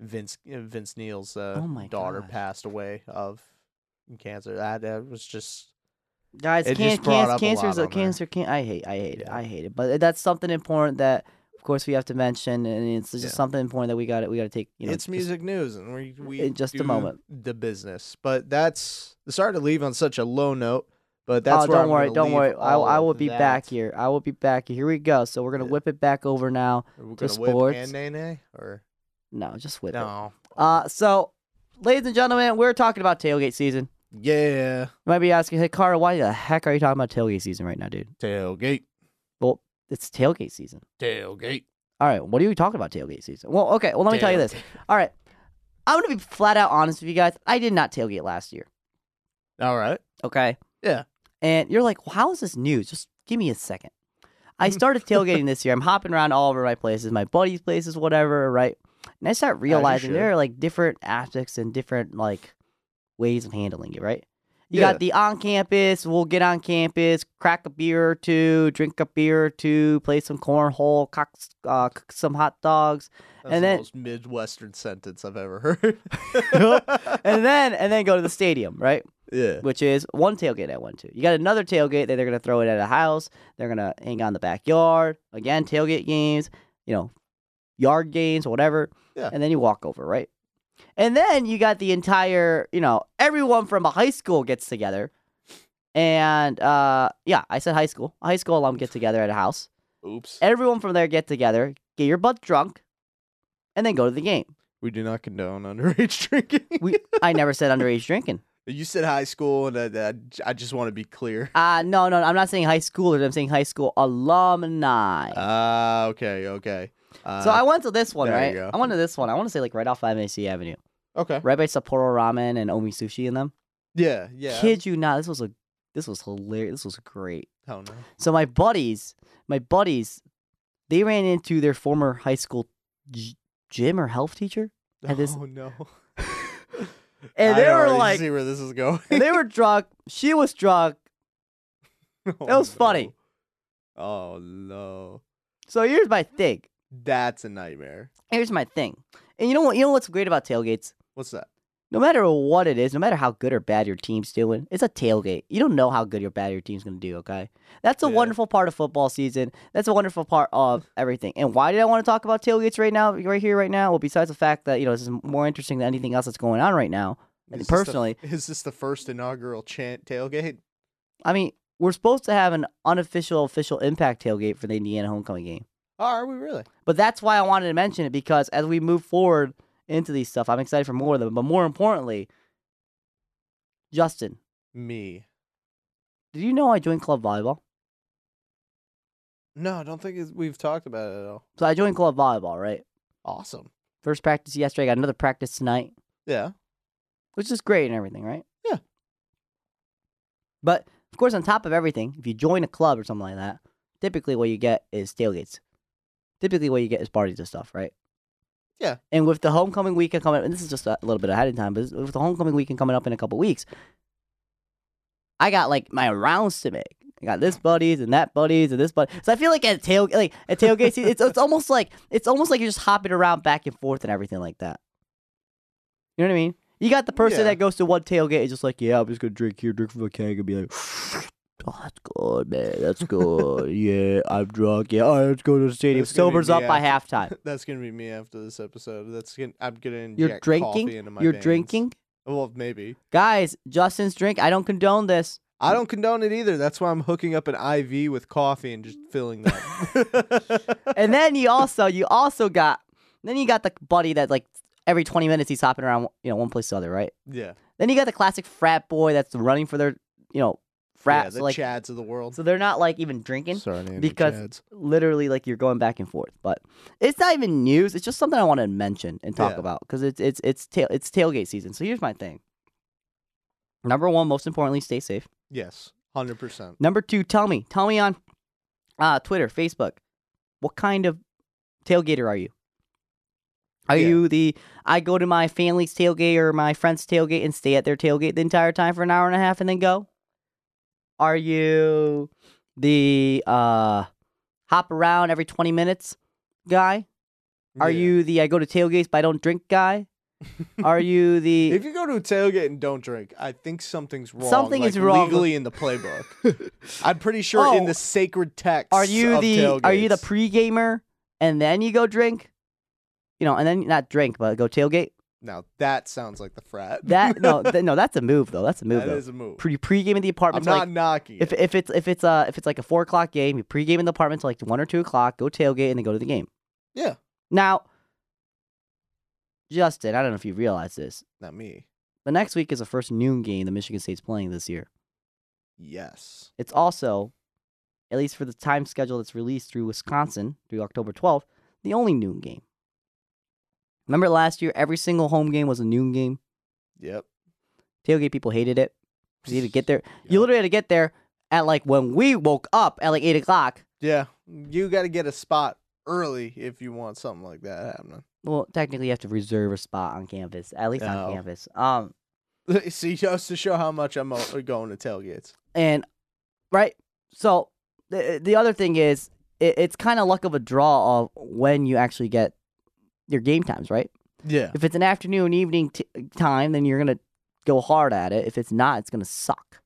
Speaker 4: vince uh, vince neal's uh,
Speaker 3: Oh my
Speaker 4: daughter
Speaker 3: gosh.
Speaker 4: passed away of cancer that, that was just
Speaker 3: Guys,
Speaker 4: It
Speaker 3: can,
Speaker 4: just brought
Speaker 3: can,
Speaker 4: up a
Speaker 3: cancer is
Speaker 4: lot
Speaker 3: a
Speaker 4: on there.
Speaker 3: cancer. Can I hate I hate it.
Speaker 4: Yeah.
Speaker 3: I hate it. But that's something important that of course we have to mention, and it's just
Speaker 4: Yeah.
Speaker 3: something important that we got to we got to take. You know,
Speaker 4: it's
Speaker 3: just- oh,
Speaker 4: music news, and we we
Speaker 3: in just a
Speaker 4: do
Speaker 3: moment.
Speaker 4: the business. But that's sorry to leave on such a low note, but that's
Speaker 3: oh,
Speaker 4: where
Speaker 3: don't
Speaker 4: I'm
Speaker 3: worry,
Speaker 4: gonna
Speaker 3: don't
Speaker 4: leave
Speaker 3: worry. I,
Speaker 4: all
Speaker 3: I
Speaker 4: of
Speaker 3: will be
Speaker 4: that.
Speaker 3: back here. I will be back here. Here we go. So we're gonna
Speaker 4: Yeah.
Speaker 3: whip it back over now.
Speaker 4: Are we
Speaker 3: to
Speaker 4: gonna whip
Speaker 3: sports.
Speaker 4: and nay nay or
Speaker 3: No, just whip it.
Speaker 4: no?
Speaker 3: Uh, so, ladies and gentlemen, we're talking about tailgate season.
Speaker 4: Yeah,
Speaker 3: You might be asking, hey, Carter, why the heck are you talking about tailgate season right now, dude?
Speaker 4: tailgate,
Speaker 3: Well, it's tailgate season.
Speaker 4: tailgate.
Speaker 3: All right, what are you talking about tailgate season? Well, okay, well, let me tell you this. All right, I'm going to be flat out honest with you guys. I did not tailgate last year,
Speaker 4: All right,
Speaker 3: okay?
Speaker 4: Yeah.
Speaker 3: And you're like, well, how is this news? Just give me a second. I
Speaker 4: Mm-hmm.
Speaker 3: started tailgating this year. I'm hopping around all over my places, my buddies' places, whatever, right? And I start realizing
Speaker 4: should.
Speaker 3: there are like different aspects and different like ways of handling it, right? You
Speaker 4: Yeah.
Speaker 3: got the on campus, we'll get on campus, crack a beer or two, drink a beer or two, play some cornhole, cook, uh, cook some hot dogs,
Speaker 4: that's
Speaker 3: And
Speaker 4: the
Speaker 3: then-
Speaker 4: most midwestern sentence I've ever heard.
Speaker 3: and then and then go to the stadium, right?
Speaker 4: yeah,
Speaker 3: Which is one tailgate I went to. You got another tailgate that they're gonna throw it at a house. They're gonna hang out in the backyard again, tailgate games, you know, yard games, whatever.
Speaker 4: Yeah.
Speaker 3: And then you walk over, right? And then you got the entire, you know, everyone from a high school gets together, and uh, yeah, I said high school. A high school alum get together at a house.
Speaker 4: oops.
Speaker 3: Everyone from there get together, get your butt drunk, and then go to the game.
Speaker 4: We do not condone underage drinking.
Speaker 3: We, I never said underage drinking.
Speaker 4: you said high school, and I, I, I just want to be clear.
Speaker 3: Uh no, no, I'm not saying high schoolers. I'm saying high school alumni.
Speaker 4: Ah, okay, okay. Uh,
Speaker 3: so I went to this one,
Speaker 4: there
Speaker 3: right?
Speaker 4: you go.
Speaker 3: I went to this one. I want to say like right off MAC Avenue,
Speaker 4: Uh, okay,
Speaker 3: right by Sapporo Ramen and Omi Sushi in them.
Speaker 4: yeah, yeah.
Speaker 3: Kid you not, this was a This was hilarious. This was great.
Speaker 4: Oh no.
Speaker 3: So my buddies, my buddies, they ran into their former high school g- gym or health teacher, And this-
Speaker 4: oh no.
Speaker 3: and
Speaker 4: I
Speaker 3: they were
Speaker 4: already
Speaker 3: like,
Speaker 4: see where this is going.
Speaker 3: and they were drunk. She was drunk.
Speaker 4: That
Speaker 3: was funny.
Speaker 4: Oh no.
Speaker 3: So here's my thing.
Speaker 4: That's a nightmare.
Speaker 3: Here's my thing. And you know what? You know what's great about tailgates?
Speaker 4: What's that?
Speaker 3: No matter what it is, no matter how good or bad your team's doing, it's a tailgate. You don't know how good or bad your team's going to do, okay? That's a
Speaker 4: Yeah.
Speaker 3: wonderful part of football season. That's a wonderful part of everything. And why did I want to talk about tailgates right now, right here, right now? Well, besides the fact that, you know, this is more interesting than anything else that's going on right now. And
Speaker 4: Is this the-
Speaker 3: personally,
Speaker 4: is this the first inaugural chant tailgate?
Speaker 3: I mean, we're supposed to have an unofficial, official impact tailgate for the Indiana homecoming game.
Speaker 4: Oh, are we really?
Speaker 3: But that's why I wanted to mention it because as we move forward into these stuff, I'm excited for more of them. But more importantly, Justin,
Speaker 4: Me.
Speaker 3: did you know I joined club volleyball?
Speaker 4: No, I don't think it's, we've talked about it at all.
Speaker 3: So I joined club volleyball, right?
Speaker 4: Awesome.
Speaker 3: First practice yesterday, got another practice tonight,
Speaker 4: Yeah.
Speaker 3: which is great and everything, right?
Speaker 4: Yeah.
Speaker 3: But of course, on top of everything, if you join a club or something like that, typically what you get is tailgates. Typically, what you get is parties and stuff, right?
Speaker 4: Yeah.
Speaker 3: And with the homecoming weekend coming, and this is just a little bit ahead of time, but this- with the homecoming weekend coming up in a couple weeks, I got like my rounds to make. I got this buddies and that buddies and this buddy. So I feel like at tail like at tailgate, season, it's it's almost like it's almost like you're just hopping around back and forth and everything like that. You know what I mean? You got the person
Speaker 4: Yeah.
Speaker 3: that goes to one tailgate and just like, yeah, I'm just gonna drink here, drink from a keg, and be like, oh, that's good, man, that's good. yeah, I'm drunk. Yeah, all right, let's go to the stadium.
Speaker 4: That's gonna be
Speaker 3: Sobers
Speaker 4: me
Speaker 3: up by
Speaker 4: after-
Speaker 3: halftime.
Speaker 4: That's gonna be me after this episode. That's gonna I'm gonna inject
Speaker 3: You're drinking.
Speaker 4: coffee into my
Speaker 3: You're
Speaker 4: veins.
Speaker 3: drinking,
Speaker 4: Well, maybe.
Speaker 3: guys. Justin's drink. I don't condone this.
Speaker 4: I don't condone it either. That's why I'm hooking up an IV with coffee and just filling that.
Speaker 3: and then you also you also got then you got the buddy that like every 20 minutes he's hopping around you know one place to the other right
Speaker 4: yeah.
Speaker 3: then you got the classic frat boy that's running for their you know frat
Speaker 4: yeah,
Speaker 3: so,
Speaker 4: the
Speaker 3: like
Speaker 4: Chads of the world.
Speaker 3: so they're not like even drinking
Speaker 4: Sorry, Andrew
Speaker 3: because-
Speaker 4: Chads.
Speaker 3: literally like you're going back and forth but it's not even news it's just something i want to mention and talk
Speaker 4: Yeah.
Speaker 3: about because it's it's it's tail it's tailgate season so here's my thing number one most importantly stay safe
Speaker 4: Yes, hundred percent.
Speaker 3: Number two, tell me, tell me on uh, Twitter, Facebook, what kind of tailgater are you? Are
Speaker 4: Yeah.
Speaker 3: you the I go to my family's tailgate or my friend's tailgate and stay at their tailgate the entire time for an hour and a half and then go? Are you the uh, hop around every twenty minutes guy? Are you the I go to tailgates but I don't drink guy? Are you the
Speaker 4: If you go to a tailgate and don't drink, I think something's wrong.
Speaker 3: Something
Speaker 4: like,
Speaker 3: is wrong with-
Speaker 4: legally in the playbook. I'm pretty sure in
Speaker 3: Oh.
Speaker 4: the sacred text.
Speaker 3: Are you
Speaker 4: of
Speaker 3: the are you the
Speaker 4: tailgates.
Speaker 3: pre-gamer and then you go drink? You know, and then not drink, but go tailgate.
Speaker 4: Now that sounds like the frat.
Speaker 3: That no, th- no, that's a move though. That's a move
Speaker 4: That
Speaker 3: though.
Speaker 4: is a move.
Speaker 3: Pre pre-game in the
Speaker 4: I'm
Speaker 3: apartment. till,
Speaker 4: not
Speaker 3: like,
Speaker 4: knocking.
Speaker 3: if
Speaker 4: it.
Speaker 3: if it's if it's uh if it's like a four o'clock game, you pre-game in the apartment till like one or two o'clock. Go tailgate and then go to the game.
Speaker 4: yeah,
Speaker 3: Now, Justin, I don't know if you realize this.
Speaker 4: not me.
Speaker 3: The next week is the first noon game that Michigan State's playing this year.
Speaker 4: Yes.
Speaker 3: It's also, at least for the time schedule that's released through Wisconsin through October 12th, the only noon game. Remember last year, every single home game was a noon game.
Speaker 4: Yep.
Speaker 3: Tailgate people hated it. 'cause You had to get there.
Speaker 4: Yeah.
Speaker 3: You literally had to get there at like when we woke up at like eight o'clock.
Speaker 4: Yeah, you got to get a spot early if you want something like that happening.
Speaker 3: Well, technically, you have to reserve a spot on campus, at least on
Speaker 4: Oh.
Speaker 3: campus. Um,
Speaker 4: See, just to show how much I'm o- uh, going to tailgates.
Speaker 3: and right so the, the other thing is it, it's kind of luck of a draw of when you actually get your game times right
Speaker 4: Yeah.
Speaker 3: if it's an afternoon evening t- time then you're gonna go hard at it if it's not it's gonna suck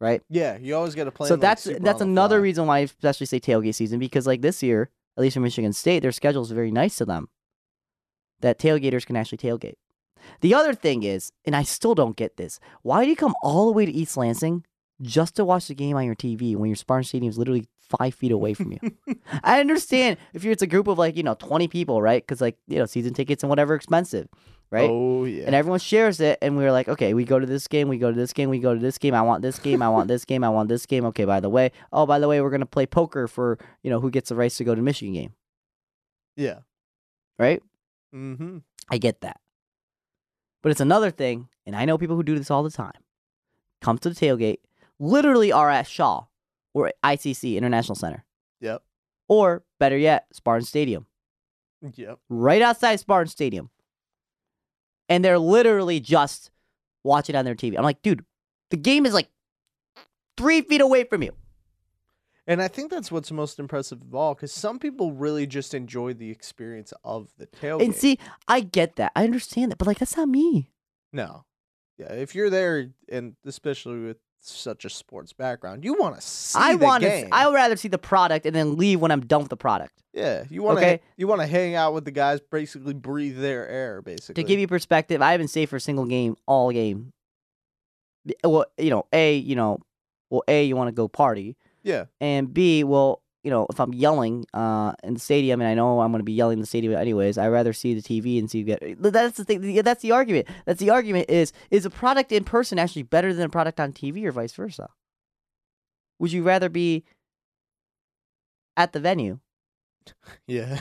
Speaker 3: right
Speaker 4: Yeah, you always got to plan.
Speaker 3: so
Speaker 4: like,
Speaker 3: that's
Speaker 4: super
Speaker 3: that's
Speaker 4: on the
Speaker 3: another
Speaker 4: fly.
Speaker 3: reason why I especially say tailgate season because like this year at least in michigan state their schedule is very nice to them that tailgaters can actually tailgate the other thing is and i still don't get this why do you come all the way to east lansing just to watch the game on your tv when your spartan stadium is literally five feet away from you i understand if you're it's a group of like you know 20 people right because like you know season tickets and whatever expensive right
Speaker 4: Oh yeah.
Speaker 3: and everyone shares it and we were like okay we go to this game we go to this game we go to this game i want this game i want this game i want this game okay by the way oh by the way we're going to play poker for you know who gets the rights to go to michigan game
Speaker 4: yeah.
Speaker 3: right
Speaker 4: Mm-hmm.
Speaker 3: i get that but it's another thing and i know people who do this all the time come to the tailgate literally are at Shaw or ICC International Center,
Speaker 4: Yep.
Speaker 3: or better yet, Spartan Stadium,
Speaker 4: Yep.
Speaker 3: right outside Spartan Stadium. And they're literally just watching on their TV. I'm like, dude, the game is like three feet away from you.
Speaker 4: And I think that's what's most impressive of all, because some people really just enjoy the experience of the tailgate.
Speaker 3: And see, I get that. I understand that. But like, that's not me.
Speaker 4: no, yeah, if you're there, and especially with such a sports background, you want to see.
Speaker 3: I
Speaker 4: the
Speaker 3: want
Speaker 4: game.
Speaker 3: to. I would rather see the product and then leave when I'm done with the product.
Speaker 4: yeah, you want to.
Speaker 3: Okay.
Speaker 4: You want to hang out with the guys, basically breathe their air,
Speaker 3: To
Speaker 4: basically.
Speaker 3: give you perspective, I haven't saved for a single game all game. B- Well, you know, a you know, well, a you want to go party,
Speaker 4: yeah,
Speaker 3: and b well, you know, if I'm yelling uh in the stadium and I know I'm going to be yelling in the stadium anyways, I would rather see the TV and see you get. That's the thing. yeah, That's the argument. That's the argument is is a product in person actually better than a product on TV or vice versa? Would you rather be at the venue
Speaker 4: yeah,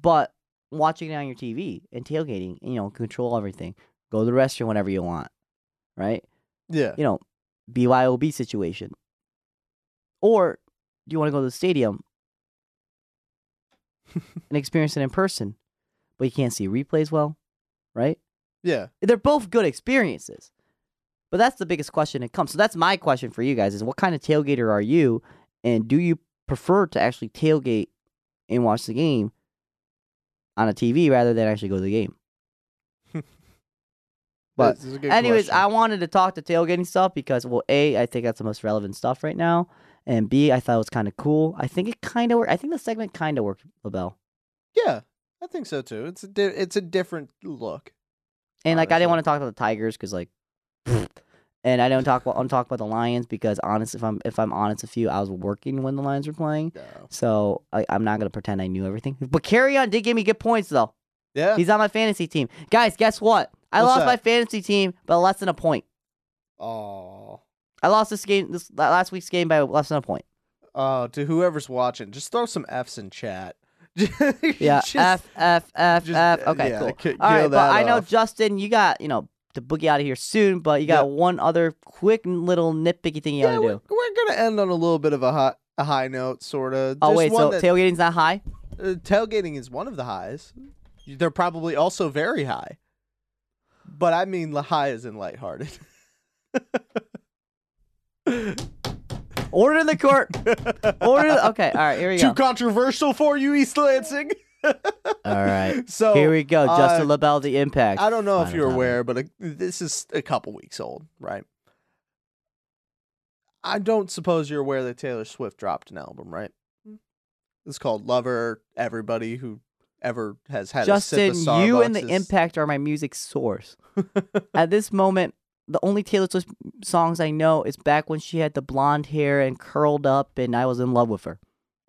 Speaker 3: but watching it on your TV and tailgating, you know, control everything. Go to the restroom whenever you want, right?
Speaker 4: yeah.
Speaker 3: You know, BYOB situation. Or do you want to go to the stadium and experience it in person, but you can't see replays well, right?
Speaker 4: Yeah.
Speaker 3: They're both good experiences. But that's the biggest question that comes. So that's my question for you guys is what kind of tailgater are you and do you prefer to actually tailgate and watch the game on a TV rather than actually go to the game? But
Speaker 4: This is a good
Speaker 3: Anyways,
Speaker 4: question.
Speaker 3: I wanted to talk to tailgating stuff because well, A, I think that's the most relevant stuff right now. And B, I thought it was kind of cool. I think it kind of worked. I think the segment kind of worked, LaBelle.
Speaker 4: yeah, I think so too. It's a di- it's a different look.
Speaker 3: And like, I didn't
Speaker 4: Honestly.
Speaker 3: want to talk about the Tigers because like, and I don't talk about, I don't talk about the Lions because honestly, if I'm if I'm honest with you, I was working when the Lions were playing,
Speaker 4: No.
Speaker 3: so I, I'm not gonna pretend I knew everything. But carry on did give me good points though.
Speaker 4: Yeah.
Speaker 3: He's on my fantasy team, guys. Guess what? I
Speaker 4: What's
Speaker 3: lost
Speaker 4: that?
Speaker 3: my fantasy team by less than a point.
Speaker 4: Oh.
Speaker 3: I lost this game this last week's game by less than a point.
Speaker 4: Oh, to whoever's watching, just throw some F's in chat.
Speaker 3: Yeah,
Speaker 4: Just-
Speaker 3: F F F
Speaker 4: just,
Speaker 3: F.
Speaker 4: uh,
Speaker 3: Okay,
Speaker 4: yeah,
Speaker 3: cool.
Speaker 4: ki-
Speaker 3: All right,
Speaker 4: kill
Speaker 3: but
Speaker 4: that
Speaker 3: I know
Speaker 4: off.
Speaker 3: Justin, you got you know to boogie out of here soon, but you got
Speaker 4: Yep.
Speaker 3: one other quick little nitpicky thing you
Speaker 4: yeah,
Speaker 3: want to
Speaker 4: we're,
Speaker 3: do.
Speaker 4: we're gonna end on a little bit of a high, a high note, sort of.
Speaker 3: Oh wait, so
Speaker 4: that,
Speaker 3: tailgating's not high?
Speaker 4: uh, tailgating is one of the highs. They're probably also very high, but I mean the high is in lighthearted.
Speaker 3: Order in the court. Order. The, okay. All right. Here we
Speaker 4: Too
Speaker 3: go.
Speaker 4: controversial for you, East Lansing.
Speaker 3: All right.
Speaker 4: So
Speaker 3: here we go. Justin
Speaker 4: uh,
Speaker 3: Labelle, the impact.
Speaker 4: I don't know if
Speaker 3: Final
Speaker 4: you're
Speaker 3: topic.
Speaker 4: aware, but a, this is a couple weeks old, right? I don't suppose you're aware that Taylor Swift dropped an album, right? It's called Lover. Everybody who ever has had a
Speaker 3: Justin,
Speaker 4: sip of
Speaker 3: you and the
Speaker 4: Starbucks is-
Speaker 3: impact are my music source. At this moment, the only Taylor Swift songs I know is back when she had the blonde hair and curled up, and I was in love with her.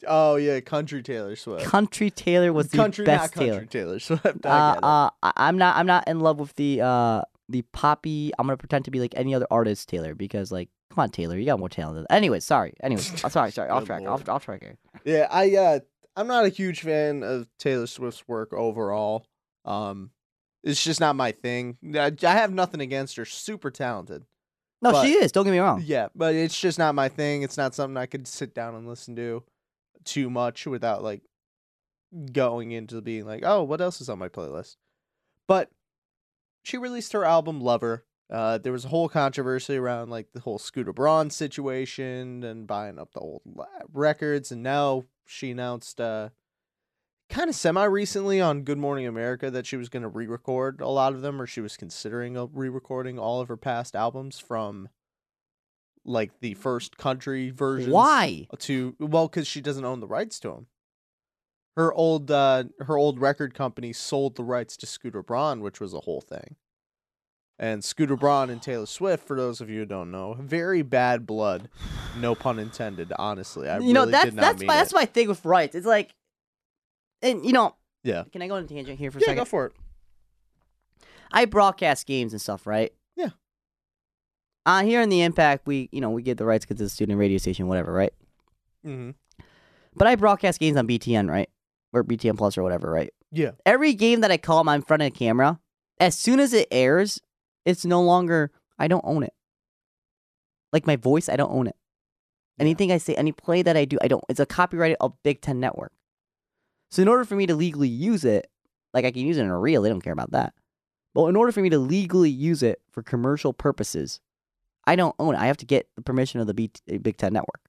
Speaker 4: Oh yeah, country Taylor Swift.
Speaker 3: Country Taylor was the
Speaker 4: country,
Speaker 3: best
Speaker 4: not
Speaker 3: Taylor.
Speaker 4: country Taylor Swift. I
Speaker 3: uh,
Speaker 4: get it.
Speaker 3: uh, I- I'm not. I'm not in love with the uh, the poppy. I'm gonna pretend to be like any other artist, Taylor, because like, come on, Taylor, you got more talent. Than Anyway, sorry. Anyways, I'm sorry. Sorry. Off
Speaker 4: Good
Speaker 3: track.
Speaker 4: lord.
Speaker 3: Off, off track. Here.
Speaker 4: Yeah, I uh I'm not a huge fan of Taylor Swift's work overall. Um it's just not my thing. I, I have nothing against her. Super talented.
Speaker 3: No,
Speaker 4: But-
Speaker 3: she is. Don't get me wrong.
Speaker 4: Yeah, but it's just not my thing. It's not something I could sit down and listen to too much without like going into being like, "Oh, what else is on my playlist?" But she released her album Lover. Uh, there was a whole controversy around like the whole Scooter Braun situation and buying up the old la- records, and now she announced uh, kind of semi recently on Good Morning America that she was going to re-record a lot of them, or she was considering uh, re-recording all of her past albums from like the first country versions
Speaker 3: Why?
Speaker 4: to well because she doesn't own the rights to him her old uh her old record company sold the rights to scooter braun which was a whole thing and scooter braun and taylor swift for those of you who don't know very bad blood no pun intended honestly i
Speaker 3: you know
Speaker 4: really
Speaker 3: that's
Speaker 4: did not
Speaker 3: that's
Speaker 4: mean
Speaker 3: my
Speaker 4: it.
Speaker 3: that's my thing with rights. It's like, and you know,
Speaker 4: Yeah.
Speaker 3: Can I go on a tangent here for a
Speaker 4: yeah
Speaker 3: second?
Speaker 4: go for it
Speaker 3: I broadcast games and stuff, right?
Speaker 4: Yeah.
Speaker 3: Uh, here in the Impact, we you know we get the rights because it's a student radio station, whatever, right?
Speaker 4: mm-hmm.
Speaker 3: But I broadcast games on BTN, right, or BTN Plus or whatever, right?
Speaker 4: yeah
Speaker 3: Every game that I call, I'm in front of the camera. As soon as it airs, it's no longer I don't own it. Like my voice, I don't own it. Anything I say, any play that I do, I don't. It's a copyrighted of Big Ten Network. So in order for me to legally use it, like I can use it in a reel, they don't care about that. But in order for me to legally use it for commercial purposes, I don't own it. I have to get the permission of the B- Big Ten Network.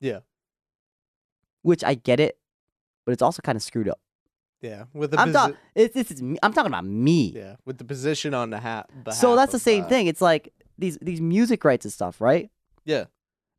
Speaker 4: Yeah.
Speaker 3: Which I get it, but it's also kind of screwed up.
Speaker 4: Yeah, with the
Speaker 3: I'm
Speaker 4: posi-
Speaker 3: talking. This is. me- I'm talking about me.
Speaker 4: yeah with the position on the hat.
Speaker 3: So that's the same thing. It's like these these music rights and stuff, right?
Speaker 4: Yeah.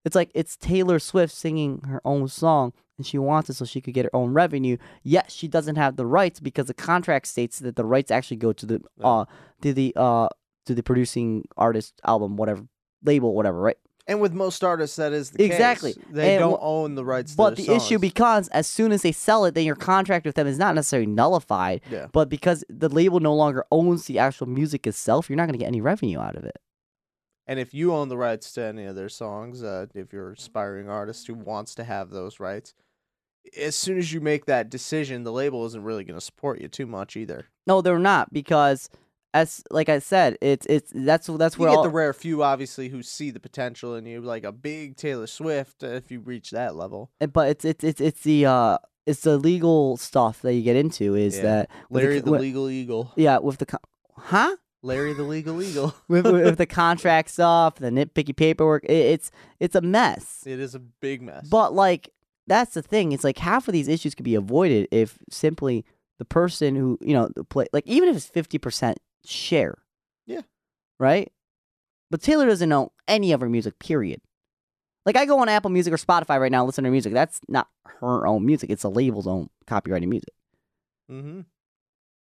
Speaker 3: It's like it's Taylor Swift singing her own song and she wants it so she could get her own revenue. Yet she doesn't have the rights because the contract states that the rights actually go to the
Speaker 4: Yeah.
Speaker 3: uh to the uh to the producing artist album whatever label whatever, right?
Speaker 4: And with most artists, that is the
Speaker 3: Exactly.
Speaker 4: case. They
Speaker 3: And
Speaker 4: don't
Speaker 3: w-
Speaker 4: own the rights.
Speaker 3: But
Speaker 4: to
Speaker 3: the
Speaker 4: their
Speaker 3: issue
Speaker 4: songs.
Speaker 3: becomes as soon as they sell it, then your contract with them is not necessarily nullified.
Speaker 4: Yeah.
Speaker 3: But because the label no longer owns the actual music itself, you're not going to get any revenue out of it.
Speaker 4: And if you own the rights to any of their songs, uh, if you're an aspiring artist who wants to have those rights, as soon as you make that decision, the label isn't really going to support you too much either.
Speaker 3: No, they're not because as like I said, it's it's that's that's
Speaker 4: You
Speaker 3: where
Speaker 4: get
Speaker 3: all,
Speaker 4: the rare few, obviously, who see the potential in you, like a big Taylor Swift. uh, If you reach that level,
Speaker 3: eh, but it's it's it's it's the uh it's the legal stuff that you get into is
Speaker 4: Yeah.
Speaker 3: that with
Speaker 4: Larry
Speaker 3: co-
Speaker 4: the
Speaker 3: with-
Speaker 4: Legal Eagle,
Speaker 3: yeah with the con- huh
Speaker 4: Larry the Legal Eagle.
Speaker 3: with, with, with the contract stuff, the nitpicky paperwork, it, it's it's a mess.
Speaker 4: It is a big mess.
Speaker 3: But like that's the thing. It's like half of these issues could be avoided if simply the person who you know the play like even if it's fifty percent share.
Speaker 4: Yeah.
Speaker 3: Right. But Taylor doesn't know any of her music. Period. Like I go on Apple Music or Spotify right now, and listen to her music. That's not her own music. It's the label's own copyrighted music
Speaker 4: hmm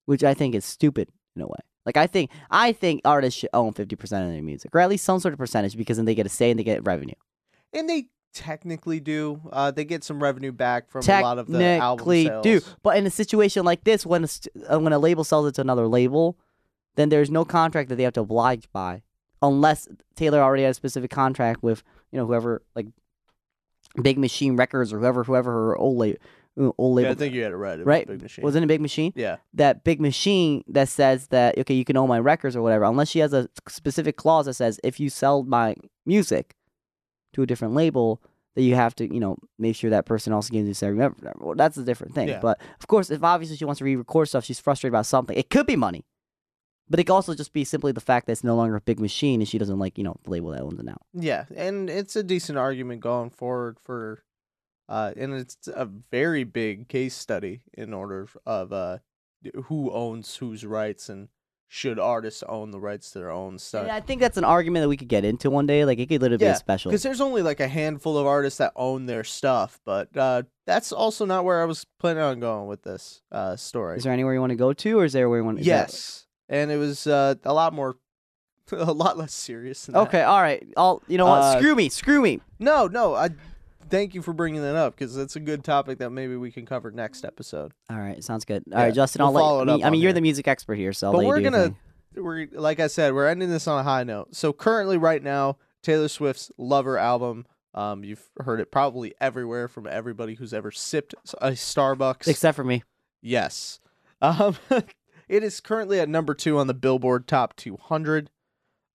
Speaker 3: which I think is stupid in a way. Like I think I think artists should own fifty percent of their music, or at least some sort of percentage, because then they get a say and they get revenue.
Speaker 4: and they technically do. Uh, they get some revenue back from a lot of the album
Speaker 3: Technically,
Speaker 4: sales.
Speaker 3: do but in a situation like this, when a, st- uh, when a label sells it to another label, then there's no contract that they have to oblige by, unless Taylor already had a specific contract with you know whoever like Big Machine Records or whoever whoever her old label old
Speaker 4: Yeah,
Speaker 3: label
Speaker 4: I think you had it right. It was
Speaker 3: right
Speaker 4: Big machine.
Speaker 3: wasn't it Big Machine?
Speaker 4: Yeah.
Speaker 3: that big machine that says that okay you can own my records or whatever unless she has a specific clause that says if you sell my music to a different label that you have to you know make sure that person also gives you say remember well, that's a different thing
Speaker 4: Yeah.
Speaker 3: but of course if obviously she wants to re-record stuff she's frustrated about something it could be money but it could also just be simply the fact that it's no longer a big machine and she doesn't like you know the label that owns it now
Speaker 4: Yeah, and it's a decent argument going forward for, uh, and it's a very big case study in order of uh, who owns whose rights and should artists own the rights to their
Speaker 3: and
Speaker 4: own
Speaker 3: i
Speaker 4: stuff.
Speaker 3: think that's an argument that we could get into one day like it could literally be
Speaker 4: Yeah,
Speaker 3: a special
Speaker 4: Because there's only like a handful of artists that own their stuff, but uh, that's also not where I was planning on going with this uh, story.
Speaker 3: is there anywhere you want to go to or is there where you want to
Speaker 4: yes, and it was uh, a lot more, a lot less serious. Than that.
Speaker 3: okay all right i'll you know what
Speaker 4: Uh,
Speaker 3: screw me screw me
Speaker 4: No, no. I thank you for bringing that up because that's a good topic that maybe we can cover next episode.
Speaker 3: All right, sounds good. All right,
Speaker 4: Yeah,
Speaker 3: Justin,
Speaker 4: we'll
Speaker 3: I'll let
Speaker 4: follow
Speaker 3: I
Speaker 4: it
Speaker 3: mean,
Speaker 4: up
Speaker 3: I mean
Speaker 4: on
Speaker 3: you're
Speaker 4: here.
Speaker 3: the music expert here, so I'll
Speaker 4: but
Speaker 3: let you
Speaker 4: we're
Speaker 3: do your
Speaker 4: gonna,
Speaker 3: thing.
Speaker 4: we're like I said, we're ending this on a high note. So currently, right now, Taylor Swift's "Lover" album. Um, you've heard it probably everywhere from everybody who's ever sipped a Starbucks.
Speaker 3: except for me.
Speaker 4: yes. Um, it is currently at number two on the Billboard Top 200.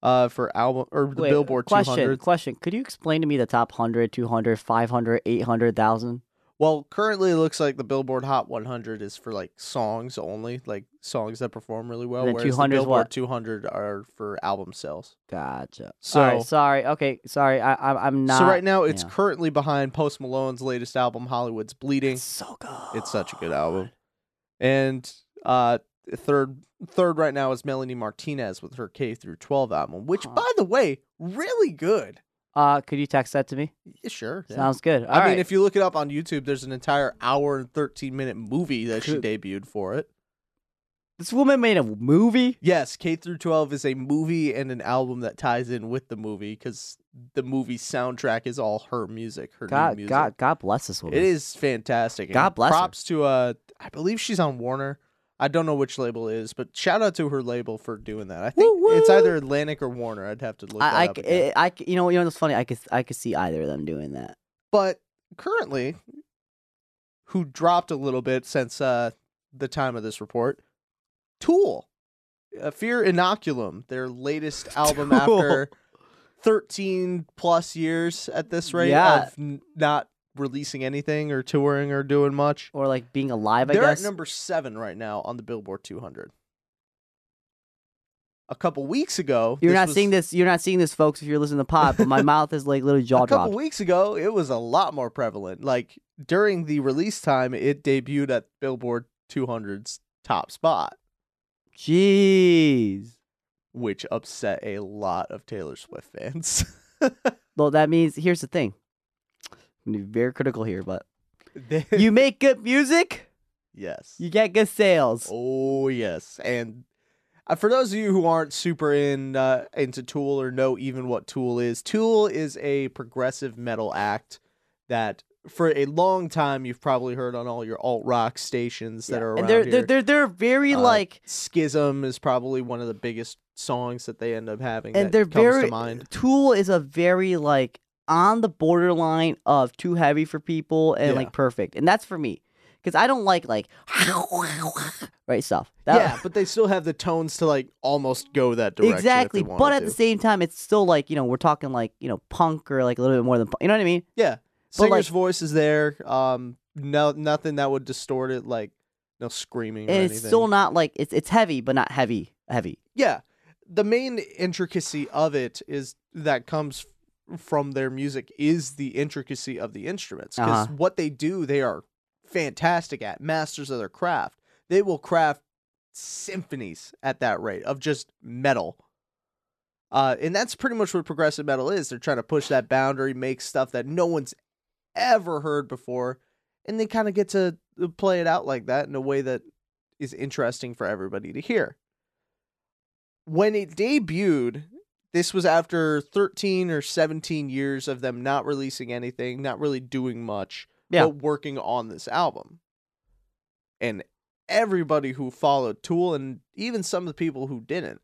Speaker 4: Uh, for album or the
Speaker 3: Wait,
Speaker 4: Billboard
Speaker 3: question,
Speaker 4: 200.
Speaker 3: Question, could you explain to me the top 100, 200, 500, 800,000?
Speaker 4: Well, currently it looks like the Billboard Hot 100 is for like songs only, like songs that perform really well.
Speaker 3: And then
Speaker 4: whereas
Speaker 3: 200 is
Speaker 4: the Billboard
Speaker 3: what?
Speaker 4: 200 are for album sales.
Speaker 3: Gotcha.
Speaker 4: So-
Speaker 3: All right, sorry. Okay, sorry. I, I I'm not
Speaker 4: so right now it's
Speaker 3: yeah.
Speaker 4: currently behind Post Malone's latest album, Hollywood's Bleeding.
Speaker 3: It's so good.
Speaker 4: It's such a good album. And uh, third, third right now is Melanie Martinez with her K through 12 album, which
Speaker 3: Huh.
Speaker 4: by the way, really good.
Speaker 3: Uh, could you text that to me?
Speaker 4: Yeah, sure. yeah.
Speaker 3: Sounds good. All
Speaker 4: I
Speaker 3: right.
Speaker 4: mean, if you look it up on YouTube, there's an entire hour and 13 minute movie that she
Speaker 3: Good.
Speaker 4: debuted for it.
Speaker 3: this woman made a movie.
Speaker 4: Yes, K through 12 is a movie and an album that ties in with the movie because the movie soundtrack is all her music, her new
Speaker 3: God,
Speaker 4: music.
Speaker 3: God, God bless this woman.
Speaker 4: It is fantastic. and
Speaker 3: God bless her.
Speaker 4: Props to uh, I believe she's on Warner. I don't know which label it is, but shout out to her label for doing that. I think
Speaker 3: Woo,
Speaker 4: it's
Speaker 3: woo.
Speaker 4: either Atlantic or Warner. I'd have to look that
Speaker 3: I, I,
Speaker 4: up.
Speaker 3: c-
Speaker 4: again.
Speaker 3: I, c- you know, you know what's funny? I could, I could see either of them doing that.
Speaker 4: but currently, who dropped a little bit since uh, the time of this report? Tool, uh, Fear Inoculum, their latest album
Speaker 3: Tool.
Speaker 4: after 13 plus years at this rate
Speaker 3: Yeah.
Speaker 4: of n- not releasing anything or touring or doing much.
Speaker 3: or like being alive. I
Speaker 4: They're
Speaker 3: guess.
Speaker 4: at number seven right now on the Billboard 200. A couple weeks ago,
Speaker 3: you're
Speaker 4: this
Speaker 3: not
Speaker 4: was-
Speaker 3: seeing this. You're not seeing this, folks. If you're listening to pod, but my mouth is like literally jaw
Speaker 4: a couple
Speaker 3: dropped.
Speaker 4: weeks ago, it was a lot more prevalent. Like during the release time, it debuted at Billboard 200's top spot,
Speaker 3: Jeez.
Speaker 4: which upset a lot of Taylor Swift fans.
Speaker 3: Well, that means here's the thing. I'm gonna be very critical here, but
Speaker 4: They-
Speaker 3: you make good music,
Speaker 4: yes.
Speaker 3: you get good sales.
Speaker 4: Oh yes, and uh, for those of you who aren't super in uh, into Tool or know even what Tool is, Tool is a progressive metal act that for a long time you've probably heard on all your alt rock stations that
Speaker 3: Yeah,
Speaker 4: are around
Speaker 3: and they're,
Speaker 4: here.
Speaker 3: they're they're they're very
Speaker 4: Uh,
Speaker 3: like
Speaker 4: Schism is probably one of the biggest songs that they end up having.
Speaker 3: and
Speaker 4: that
Speaker 3: they're
Speaker 4: comes
Speaker 3: very
Speaker 4: to mind.
Speaker 3: Tool is a very like on the borderline of too heavy for people and
Speaker 4: Yeah.
Speaker 3: like perfect, and that's for me because I don't like like right stuff. That-
Speaker 4: yeah, but they still have the tones to like almost go that direction. if
Speaker 3: exactly.
Speaker 4: they wanted
Speaker 3: But at
Speaker 4: to.
Speaker 3: the same time, it's still like you know we're talking like you know punk or like a little bit more than punk. You know what I mean?
Speaker 4: Yeah.
Speaker 3: But,
Speaker 4: Singer's
Speaker 3: like-
Speaker 4: voice is there. Um no nothing that would distort it like no screaming or
Speaker 3: And
Speaker 4: anything.
Speaker 3: it's still not like it's it's heavy, but not heavy heavy.
Speaker 4: Yeah. The main intricacy of it is that comes f- from their music is the intricacy of the instruments because
Speaker 3: Uh-huh.
Speaker 4: what they do they are fantastic at masters of their craft. They will craft symphonies at that rate of just metal. Uh, and that's pretty much what progressive metal is. They're trying to push that boundary, make stuff that no one's ever heard before, and they kind of get to uh, play it out like that in a way that is interesting for everybody to hear. When it debuted, this was after 13 or 17 years of them not releasing anything, not really doing much,
Speaker 3: Yeah.
Speaker 4: but working on this album. And everybody who followed Tool and even some of the people who didn't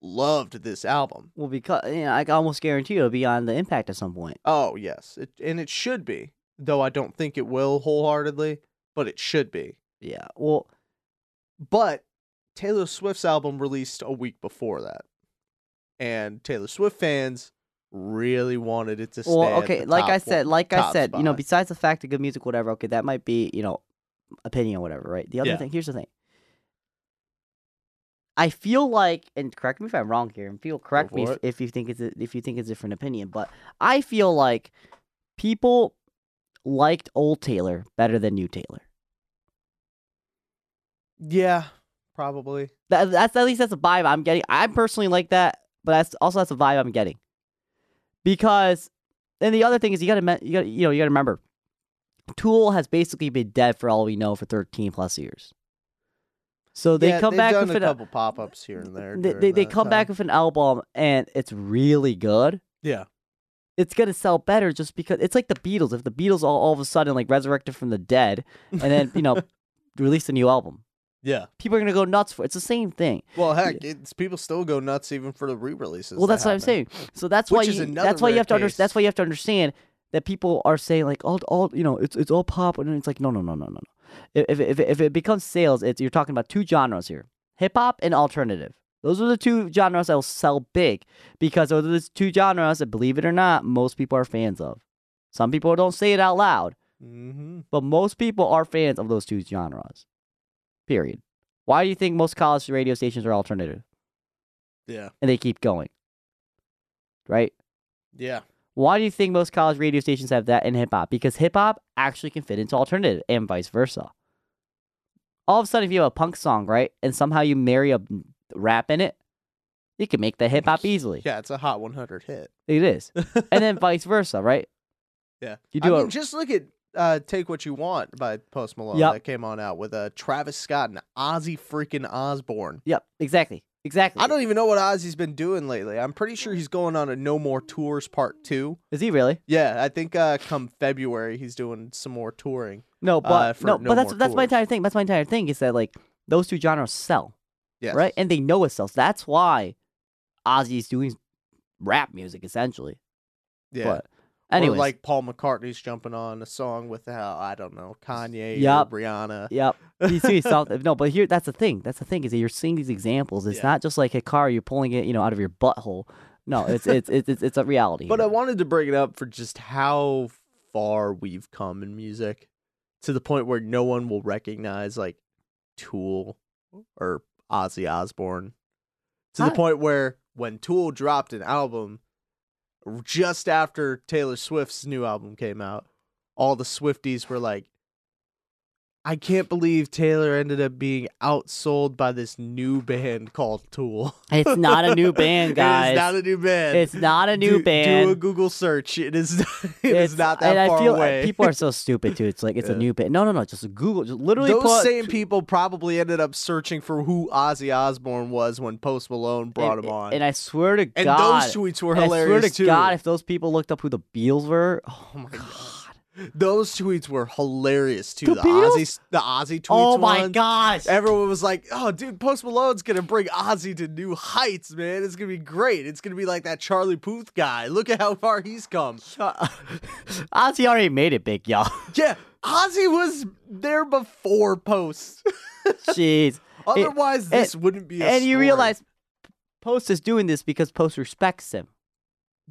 Speaker 4: loved this album.
Speaker 3: Well, because you know, I can almost guarantee it'll be on the impact at some point.
Speaker 4: Oh, yes. It, and it should be, though I don't think it will wholeheartedly, but it should be.
Speaker 3: Yeah. Well,
Speaker 4: But Taylor Swift's album released a week before that. And Taylor Swift fans really wanted it to stay.
Speaker 3: well,
Speaker 4: at
Speaker 3: okay.
Speaker 4: the
Speaker 3: Like I
Speaker 4: top
Speaker 3: said,
Speaker 4: one-
Speaker 3: like I
Speaker 4: top
Speaker 3: said, you know,
Speaker 4: spot.
Speaker 3: besides the fact of good music, whatever. Okay, that might be you know, opinion, whatever. Right. The other
Speaker 4: Yeah.
Speaker 3: thing. Here's the thing. I feel like, and correct me if I'm wrong here, and feel correct me
Speaker 4: for
Speaker 3: if,
Speaker 4: it.
Speaker 3: if you think it's a, if you think it's a different opinion, but I feel like people liked old Taylor better than new Taylor.
Speaker 4: yeah, probably.
Speaker 3: That, that's at least that's a vibe I'm getting. I personally like that, but that's also that's a vibe I'm getting. Because, and the other thing is you gotta me- you gotta you know you gotta remember, Tool has basically been dead for all we know for 13 plus years. So they
Speaker 4: Yeah,
Speaker 3: come
Speaker 4: they've
Speaker 3: back
Speaker 4: done
Speaker 3: with
Speaker 4: a
Speaker 3: an
Speaker 4: couple pop ups here and there.
Speaker 3: they
Speaker 4: during
Speaker 3: they, they
Speaker 4: that
Speaker 3: come back
Speaker 4: time.
Speaker 3: with an album and it's really good.
Speaker 4: Yeah.
Speaker 3: It's gonna sell better just because it's like the Beatles. If the Beatles all, all of a sudden like resurrected from the dead and then you know released a new album,
Speaker 4: Yeah.
Speaker 3: people are gonna go nuts for it. It's the same thing.
Speaker 4: Well, heck, it's, people still go nuts even for the re-releases.
Speaker 3: Well,
Speaker 4: that
Speaker 3: that's what I'm
Speaker 4: happen.
Speaker 3: saying. So that's why
Speaker 4: Which is
Speaker 3: you,
Speaker 4: another
Speaker 3: that's why you
Speaker 4: rare
Speaker 3: have to under,
Speaker 4: case.
Speaker 3: that's why you have to understand that people are saying like all all you know it's it's all pop and it's like no no no no no no. If if if, if it becomes sales, it's you're talking about two genres here: hip hop and alternative. Those are the two genres that will sell big because those are the two genres that, believe it or not, most people are fans of. Some people don't say it out loud,
Speaker 4: Mm-hmm.
Speaker 3: but most people are fans of those two genres. Period. Why do you think most college radio stations are alternative
Speaker 4: Yeah.
Speaker 3: and they keep going? Right?
Speaker 4: Yeah.
Speaker 3: Why do you think most college radio stations have that in hip hop? Because hip hop actually can fit into alternative and vice versa. All of a sudden, if you have a punk song, right, and somehow you marry a rap in it, you can make that hip hop easily.
Speaker 4: Yeah, it's a hot 100 hit.
Speaker 3: It is. and then vice versa, right?
Speaker 4: Yeah.
Speaker 3: You do
Speaker 4: I
Speaker 3: a-
Speaker 4: mean, just look at uh, "Take What You Want" by Post Malone
Speaker 3: Yep.
Speaker 4: that came on out with uh, Travis Scott and Ozzy freaking Osbourne.
Speaker 3: Yep, exactly. Exactly.
Speaker 4: I don't even know what Ozzy's been doing lately. I'm pretty sure he's going on a No More Tours Part Two.
Speaker 3: Is he really?
Speaker 4: Yeah, I think uh, come February he's doing some more touring.
Speaker 3: No, but
Speaker 4: Uh, for
Speaker 3: no,
Speaker 4: No
Speaker 3: but that's
Speaker 4: More
Speaker 3: that's my
Speaker 4: Tours.
Speaker 3: entire thing. That's my entire thing is that like those two genres sell,
Speaker 4: Yes.
Speaker 3: right? And they know it sells. That's why Ozzy's doing rap music essentially.
Speaker 4: yeah.
Speaker 3: But
Speaker 4: Or
Speaker 3: anyway,
Speaker 4: like Paul McCartney's jumping on a song with how I don't know Kanye
Speaker 3: Yup.
Speaker 4: or Rihanna.
Speaker 3: Yep. You see something. No, but here that's the thing. That's the thing is that you're seeing these examples. It's
Speaker 4: Yeah.
Speaker 3: not just like a car you're pulling it, you know, out of your butthole. No, it's it's it's it's, it's a reality.
Speaker 4: But I
Speaker 3: here.
Speaker 4: wanted to bring it up for just how far we've come in music to the point where no one will recognize like Tool or Ozzy Osbourne. To the
Speaker 3: Hi.
Speaker 4: point where when Tool dropped an album just after Taylor Swift's new album came out, all the Swifties were like, I can't believe Taylor ended up being outsold by this new band called Tool.
Speaker 3: it's not a new band, guys.
Speaker 4: It is not a new band.
Speaker 3: It's not a new
Speaker 4: do,
Speaker 3: band.
Speaker 4: Do a Google search. It is. It is not that
Speaker 3: and I
Speaker 4: far
Speaker 3: feel uh,
Speaker 4: away.
Speaker 3: people are so stupid too. It's like it's a
Speaker 4: Yeah.
Speaker 3: new band. No, no, no. Just Google. Just literally
Speaker 4: Those
Speaker 3: put
Speaker 4: same people probably ended up searching for who Ozzy Osbourne was when Post Malone brought
Speaker 3: and,
Speaker 4: him on.
Speaker 3: And I swear to
Speaker 4: And
Speaker 3: God,
Speaker 4: those tweets were
Speaker 3: I
Speaker 4: hilarious
Speaker 3: swear to
Speaker 4: too.
Speaker 3: God, if those people looked up who the Beals were, oh my God.
Speaker 4: those tweets were hilarious too.
Speaker 3: The
Speaker 4: The,
Speaker 3: Beatles?
Speaker 4: Ozzy, the Ozzy tweets.
Speaker 3: Oh my
Speaker 4: ones.
Speaker 3: gosh.
Speaker 4: Everyone was like, "Oh, dude, Post Malone's gonna bring Ozzy to new heights, man. It's gonna be great. It's gonna be like that Charlie Puth guy. Look at how far he's come."
Speaker 3: Ozzy already made it big, y'all.
Speaker 4: Yeah, Ozzy was there before Post.
Speaker 3: Jeez. It-
Speaker 4: Otherwise, this wouldn't be. A
Speaker 3: and you
Speaker 4: story.
Speaker 3: realize Post is doing this because Post respects him.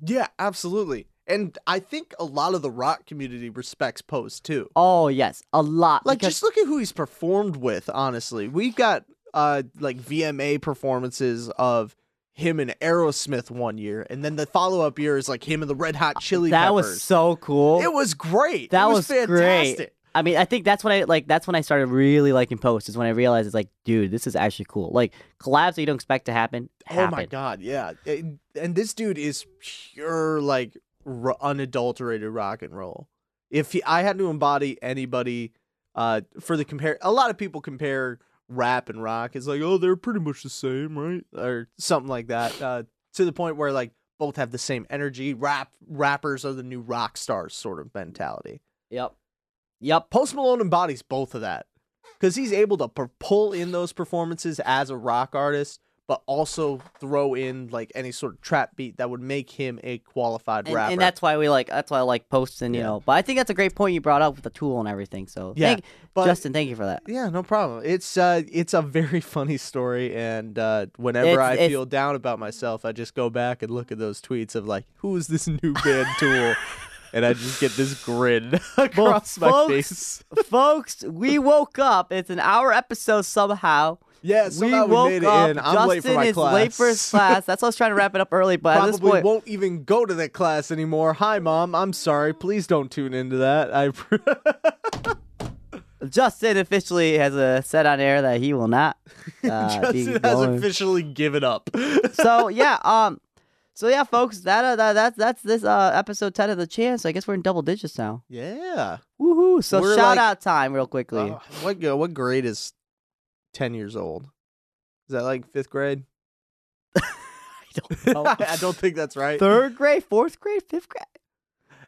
Speaker 4: yeah, absolutely. And I think a lot of the rock community respects Post too.
Speaker 3: Oh yes, a lot.
Speaker 4: Like,
Speaker 3: because
Speaker 4: just look at who he's performed with. Honestly, we've got uh like VMA performances of him and Aerosmith one year, and then the follow up year is like him and the Red Hot Chili
Speaker 3: that
Speaker 4: Peppers.
Speaker 3: was so cool.
Speaker 4: It was great.
Speaker 3: that
Speaker 4: it was,
Speaker 3: was,
Speaker 4: fantastic.
Speaker 3: great. I mean, I think that's when I like. That's when I started really liking Post. Is when I realized it's like, dude, this is actually cool. Like collabs that you don't expect to happen.
Speaker 4: Oh my
Speaker 3: happen.
Speaker 4: god, yeah. And, and this dude is pure like r- unadulterated rock and roll. If he, I had to embody anybody uh for the compare a lot of people compare rap and rock It's like, "Oh, they're pretty much the same, right?" or something like that. Uh to the point where like both have the same energy. Rap rappers are the new rock stars sort of mentality.
Speaker 3: Yep. Yep.
Speaker 4: Post Malone embodies both of that because he's able to per- pull in those performances as a rock artist, but also throw in like any sort of trap beat that would make him a qualified
Speaker 3: And,
Speaker 4: rapper.
Speaker 3: and that's why we like. That's why I like Post and you
Speaker 4: Yeah.
Speaker 3: know. But I think that's a great point you brought up with the tool and everything. So
Speaker 4: Yeah,
Speaker 3: thank,
Speaker 4: but-
Speaker 3: Justin, thank you for that.
Speaker 4: yeah, no problem. It's uh, it's a very funny story, and uh, whenever
Speaker 3: It's-
Speaker 4: I
Speaker 3: it's-
Speaker 4: feel down about myself, I just go back and look at those tweets of like, who is this new band Tool, and I just get this grin across my
Speaker 3: folks,
Speaker 4: face.
Speaker 3: Folks, we woke up. It's an hour episode somehow.
Speaker 4: Yeah, somehow
Speaker 3: we
Speaker 4: we,
Speaker 3: woke
Speaker 4: made it
Speaker 3: up.
Speaker 4: in. I'm
Speaker 3: Justin
Speaker 4: late for my
Speaker 3: is
Speaker 4: class.
Speaker 3: late for his class. That's why I was trying to wrap it up early, but at this
Speaker 4: probably
Speaker 3: point,
Speaker 4: won't even go to that class anymore. Hi, mom. I'm sorry. Please don't tune into that. I
Speaker 3: Justin officially has uh, said on air that he will not uh, be
Speaker 4: Justin has
Speaker 3: going.
Speaker 4: officially given up.
Speaker 3: so yeah, um, so yeah, folks, that uh, that that's that's this uh episode ten of the chance. I guess we're in double digits now.
Speaker 4: yeah.
Speaker 3: Woohoo! So
Speaker 4: We're
Speaker 3: shout
Speaker 4: like-
Speaker 3: out time real quickly.
Speaker 4: Uh, what go- what grade is ten years old? Is that like fifth grade? I
Speaker 3: oh, don't know.
Speaker 4: I don't think that's right.
Speaker 3: Third grade, fourth grade, fifth grade.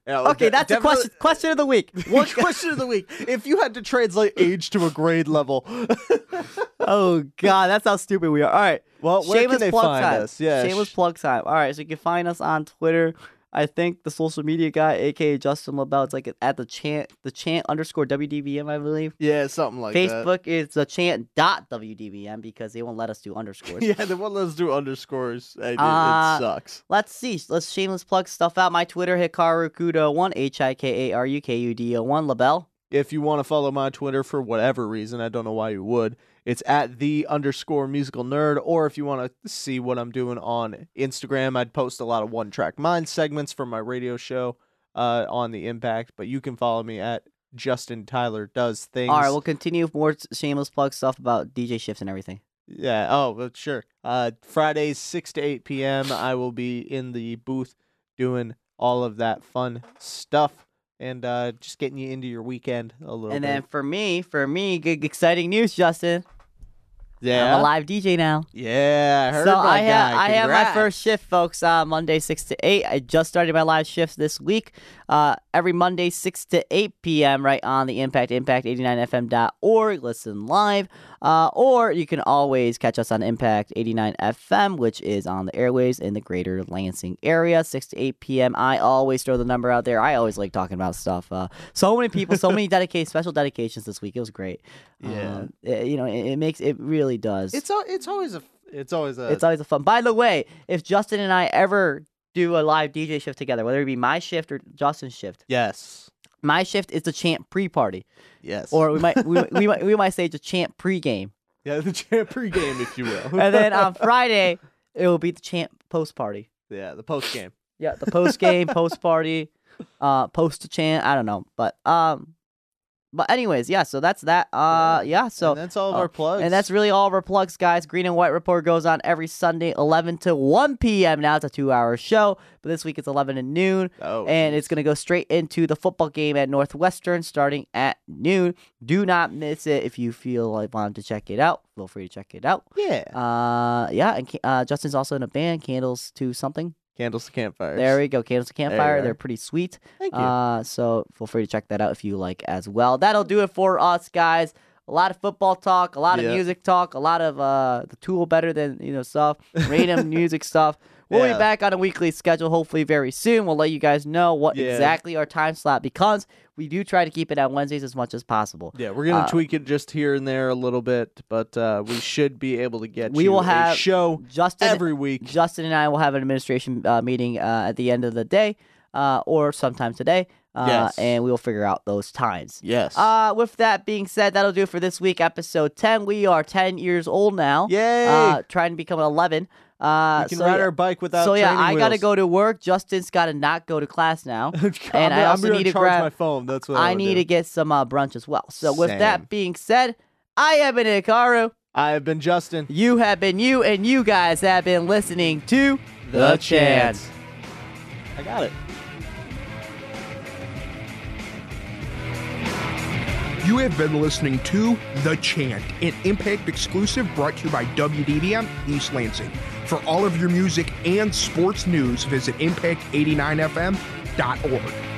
Speaker 4: Yeah,
Speaker 3: Okay,
Speaker 4: Oh, de-
Speaker 3: that's a
Speaker 4: definitely-
Speaker 3: question. Question of the week. What?
Speaker 4: question of the week? If you had to translate age to a grade level,
Speaker 3: oh God, that's how stupid we are. All right.
Speaker 4: well, where
Speaker 3: shameless
Speaker 4: can they
Speaker 3: plug
Speaker 4: find
Speaker 3: time.
Speaker 4: us? Yeah,
Speaker 3: shameless
Speaker 4: sh-
Speaker 3: plug time. All right, so you can find us on Twitter. I think the social media guy, aka Justin Labelle, it's like at the chant, the chant underscore WDBM, I believe.
Speaker 4: yeah, something like that.
Speaker 3: Facebook is the chant dot WDBM because they won't let us do underscores.
Speaker 4: Yeah, they won't let us do underscores. and it-
Speaker 3: Uh,
Speaker 4: it sucks.
Speaker 3: Let's see. Let's shameless plug stuff out. My Twitter, Hikaru Kudo one, H I K A R U K U D O one, Labelle.
Speaker 4: If you want to follow my Twitter for whatever reason, I don't know why you would. It's at the underscore musical nerd. Or if you want to see what I'm doing on Instagram, I'd post a lot of one track mind segments from my radio show uh, on the Impact. But you can follow me at Justin Tyler Does Things.
Speaker 3: All right, we'll continue with more shameless plug stuff about DJ shifts and everything.
Speaker 4: Yeah. Oh, well, sure. Uh, Fridays, 6 to 8 p.m., I will be in the booth doing all of that fun stuff and uh, just getting you into your weekend a little
Speaker 3: And
Speaker 4: bit.
Speaker 3: then for me, for me, g- exciting news, Justin.
Speaker 4: yeah.
Speaker 3: I'm a live DJ now.
Speaker 4: Yeah, I heard
Speaker 3: so
Speaker 4: my
Speaker 3: I have
Speaker 4: guy.
Speaker 3: I have my
Speaker 4: Congrats.
Speaker 3: first shift, folks. Uh, Monday six to eight. I just started my live shift this week. Uh, every Monday six to eight p.m. Right on the Impact Impact eighty nine FM.org. Listen live, uh, or you can always catch us on Impact eighty nine FM, which is on the airwaves in the Greater Lansing area, six to eight p.m. I always throw the number out there. I always like talking about stuff. Uh, so many people, so many dedicated special dedications this week. It was great.
Speaker 4: Yeah.
Speaker 3: Um, it- you know, it, it makes it really does.
Speaker 4: It's al- it's always a It's always a.
Speaker 3: it's always a fun. By the way, if Justin and I ever do a live DJ shift together, whether it be my shift or Justin's shift,
Speaker 4: yes.
Speaker 3: my shift is the chant pre-party,
Speaker 4: Yes.
Speaker 3: or we might we, we might we might say the chant pre-game,
Speaker 4: yeah, the champ pregame, if you will.
Speaker 3: and then on Friday it will be the chant post-party.
Speaker 4: yeah, the post game.
Speaker 3: Yeah, the post-game, post-party, uh, post-chant. I don't know, but um, but anyways, yeah. So that's that. Uh, yeah. So
Speaker 4: and that's all of
Speaker 3: uh,
Speaker 4: our plugs.
Speaker 3: And that's really all of our plugs, guys. Green and White Report goes on every Sunday, 11 to 1 p.m. Now it's a two hour show, but this week it's 11 to noon.
Speaker 4: Oh,
Speaker 3: and it's going to go straight into the football game at Northwestern starting at noon. Do not miss it. If you feel like wanting to check it out, feel free to check it out.
Speaker 4: yeah.
Speaker 3: Uh, yeah. And Ca- uh, Justin's also in a band, Candles to Something.
Speaker 4: Candles to campfires.
Speaker 3: There we go. Candles to
Speaker 4: you
Speaker 3: Campfire.
Speaker 4: are.
Speaker 3: They're pretty sweet.
Speaker 4: Thank you.
Speaker 3: Uh, so feel free to check that out if you like as well. That'll do it for us, guys. A lot of football talk, a lot of
Speaker 4: Yeah.
Speaker 3: music talk, a lot of uh, the tool better than you know stuff, random music stuff. We'll be
Speaker 4: Yeah.
Speaker 3: back on a weekly schedule, hopefully very soon. We'll let you guys know what
Speaker 4: Yeah.
Speaker 3: exactly our time slot becomes. We do try to keep it on Wednesdays as much as possible.
Speaker 4: yeah, we're gonna
Speaker 3: uh,
Speaker 4: tweak it just here and there a little bit, but uh, we should be able to get.
Speaker 3: We
Speaker 4: you
Speaker 3: will
Speaker 4: a
Speaker 3: have
Speaker 4: show
Speaker 3: Justin,
Speaker 4: every week.
Speaker 3: Justin and I will have an administration uh, meeting uh, at the end of the day, uh, or sometime today, uh,
Speaker 4: Yes.
Speaker 3: and we will figure out those times.
Speaker 4: Yes.
Speaker 3: Uh, with that being said, that'll do it for this week, episode 10. We are 10 years old now.
Speaker 4: Yay!
Speaker 3: Uh, trying to become 11. Uh,
Speaker 4: we can
Speaker 3: so
Speaker 4: ride
Speaker 3: yeah,
Speaker 4: our bike without.
Speaker 3: so yeah, I
Speaker 4: training
Speaker 3: gotta
Speaker 4: wheels.
Speaker 3: go to work. Justin's gotta not go to class now. and I
Speaker 4: I'm
Speaker 3: also
Speaker 4: gonna
Speaker 3: need to
Speaker 4: charge
Speaker 3: grab-
Speaker 4: my phone. That's what I,
Speaker 3: I need to
Speaker 4: to.
Speaker 3: get some uh, brunch as well. So with
Speaker 4: Same.
Speaker 3: that being said, I have been Ikaru.
Speaker 4: I have been Justin.
Speaker 3: You have been you, and you guys have been listening to Chance.
Speaker 4: I got it.
Speaker 2: You have been listening to The Chant, an Impact exclusive brought to you by WDBM East Lansing. For all of your music and sports news, visit impact89fm.org.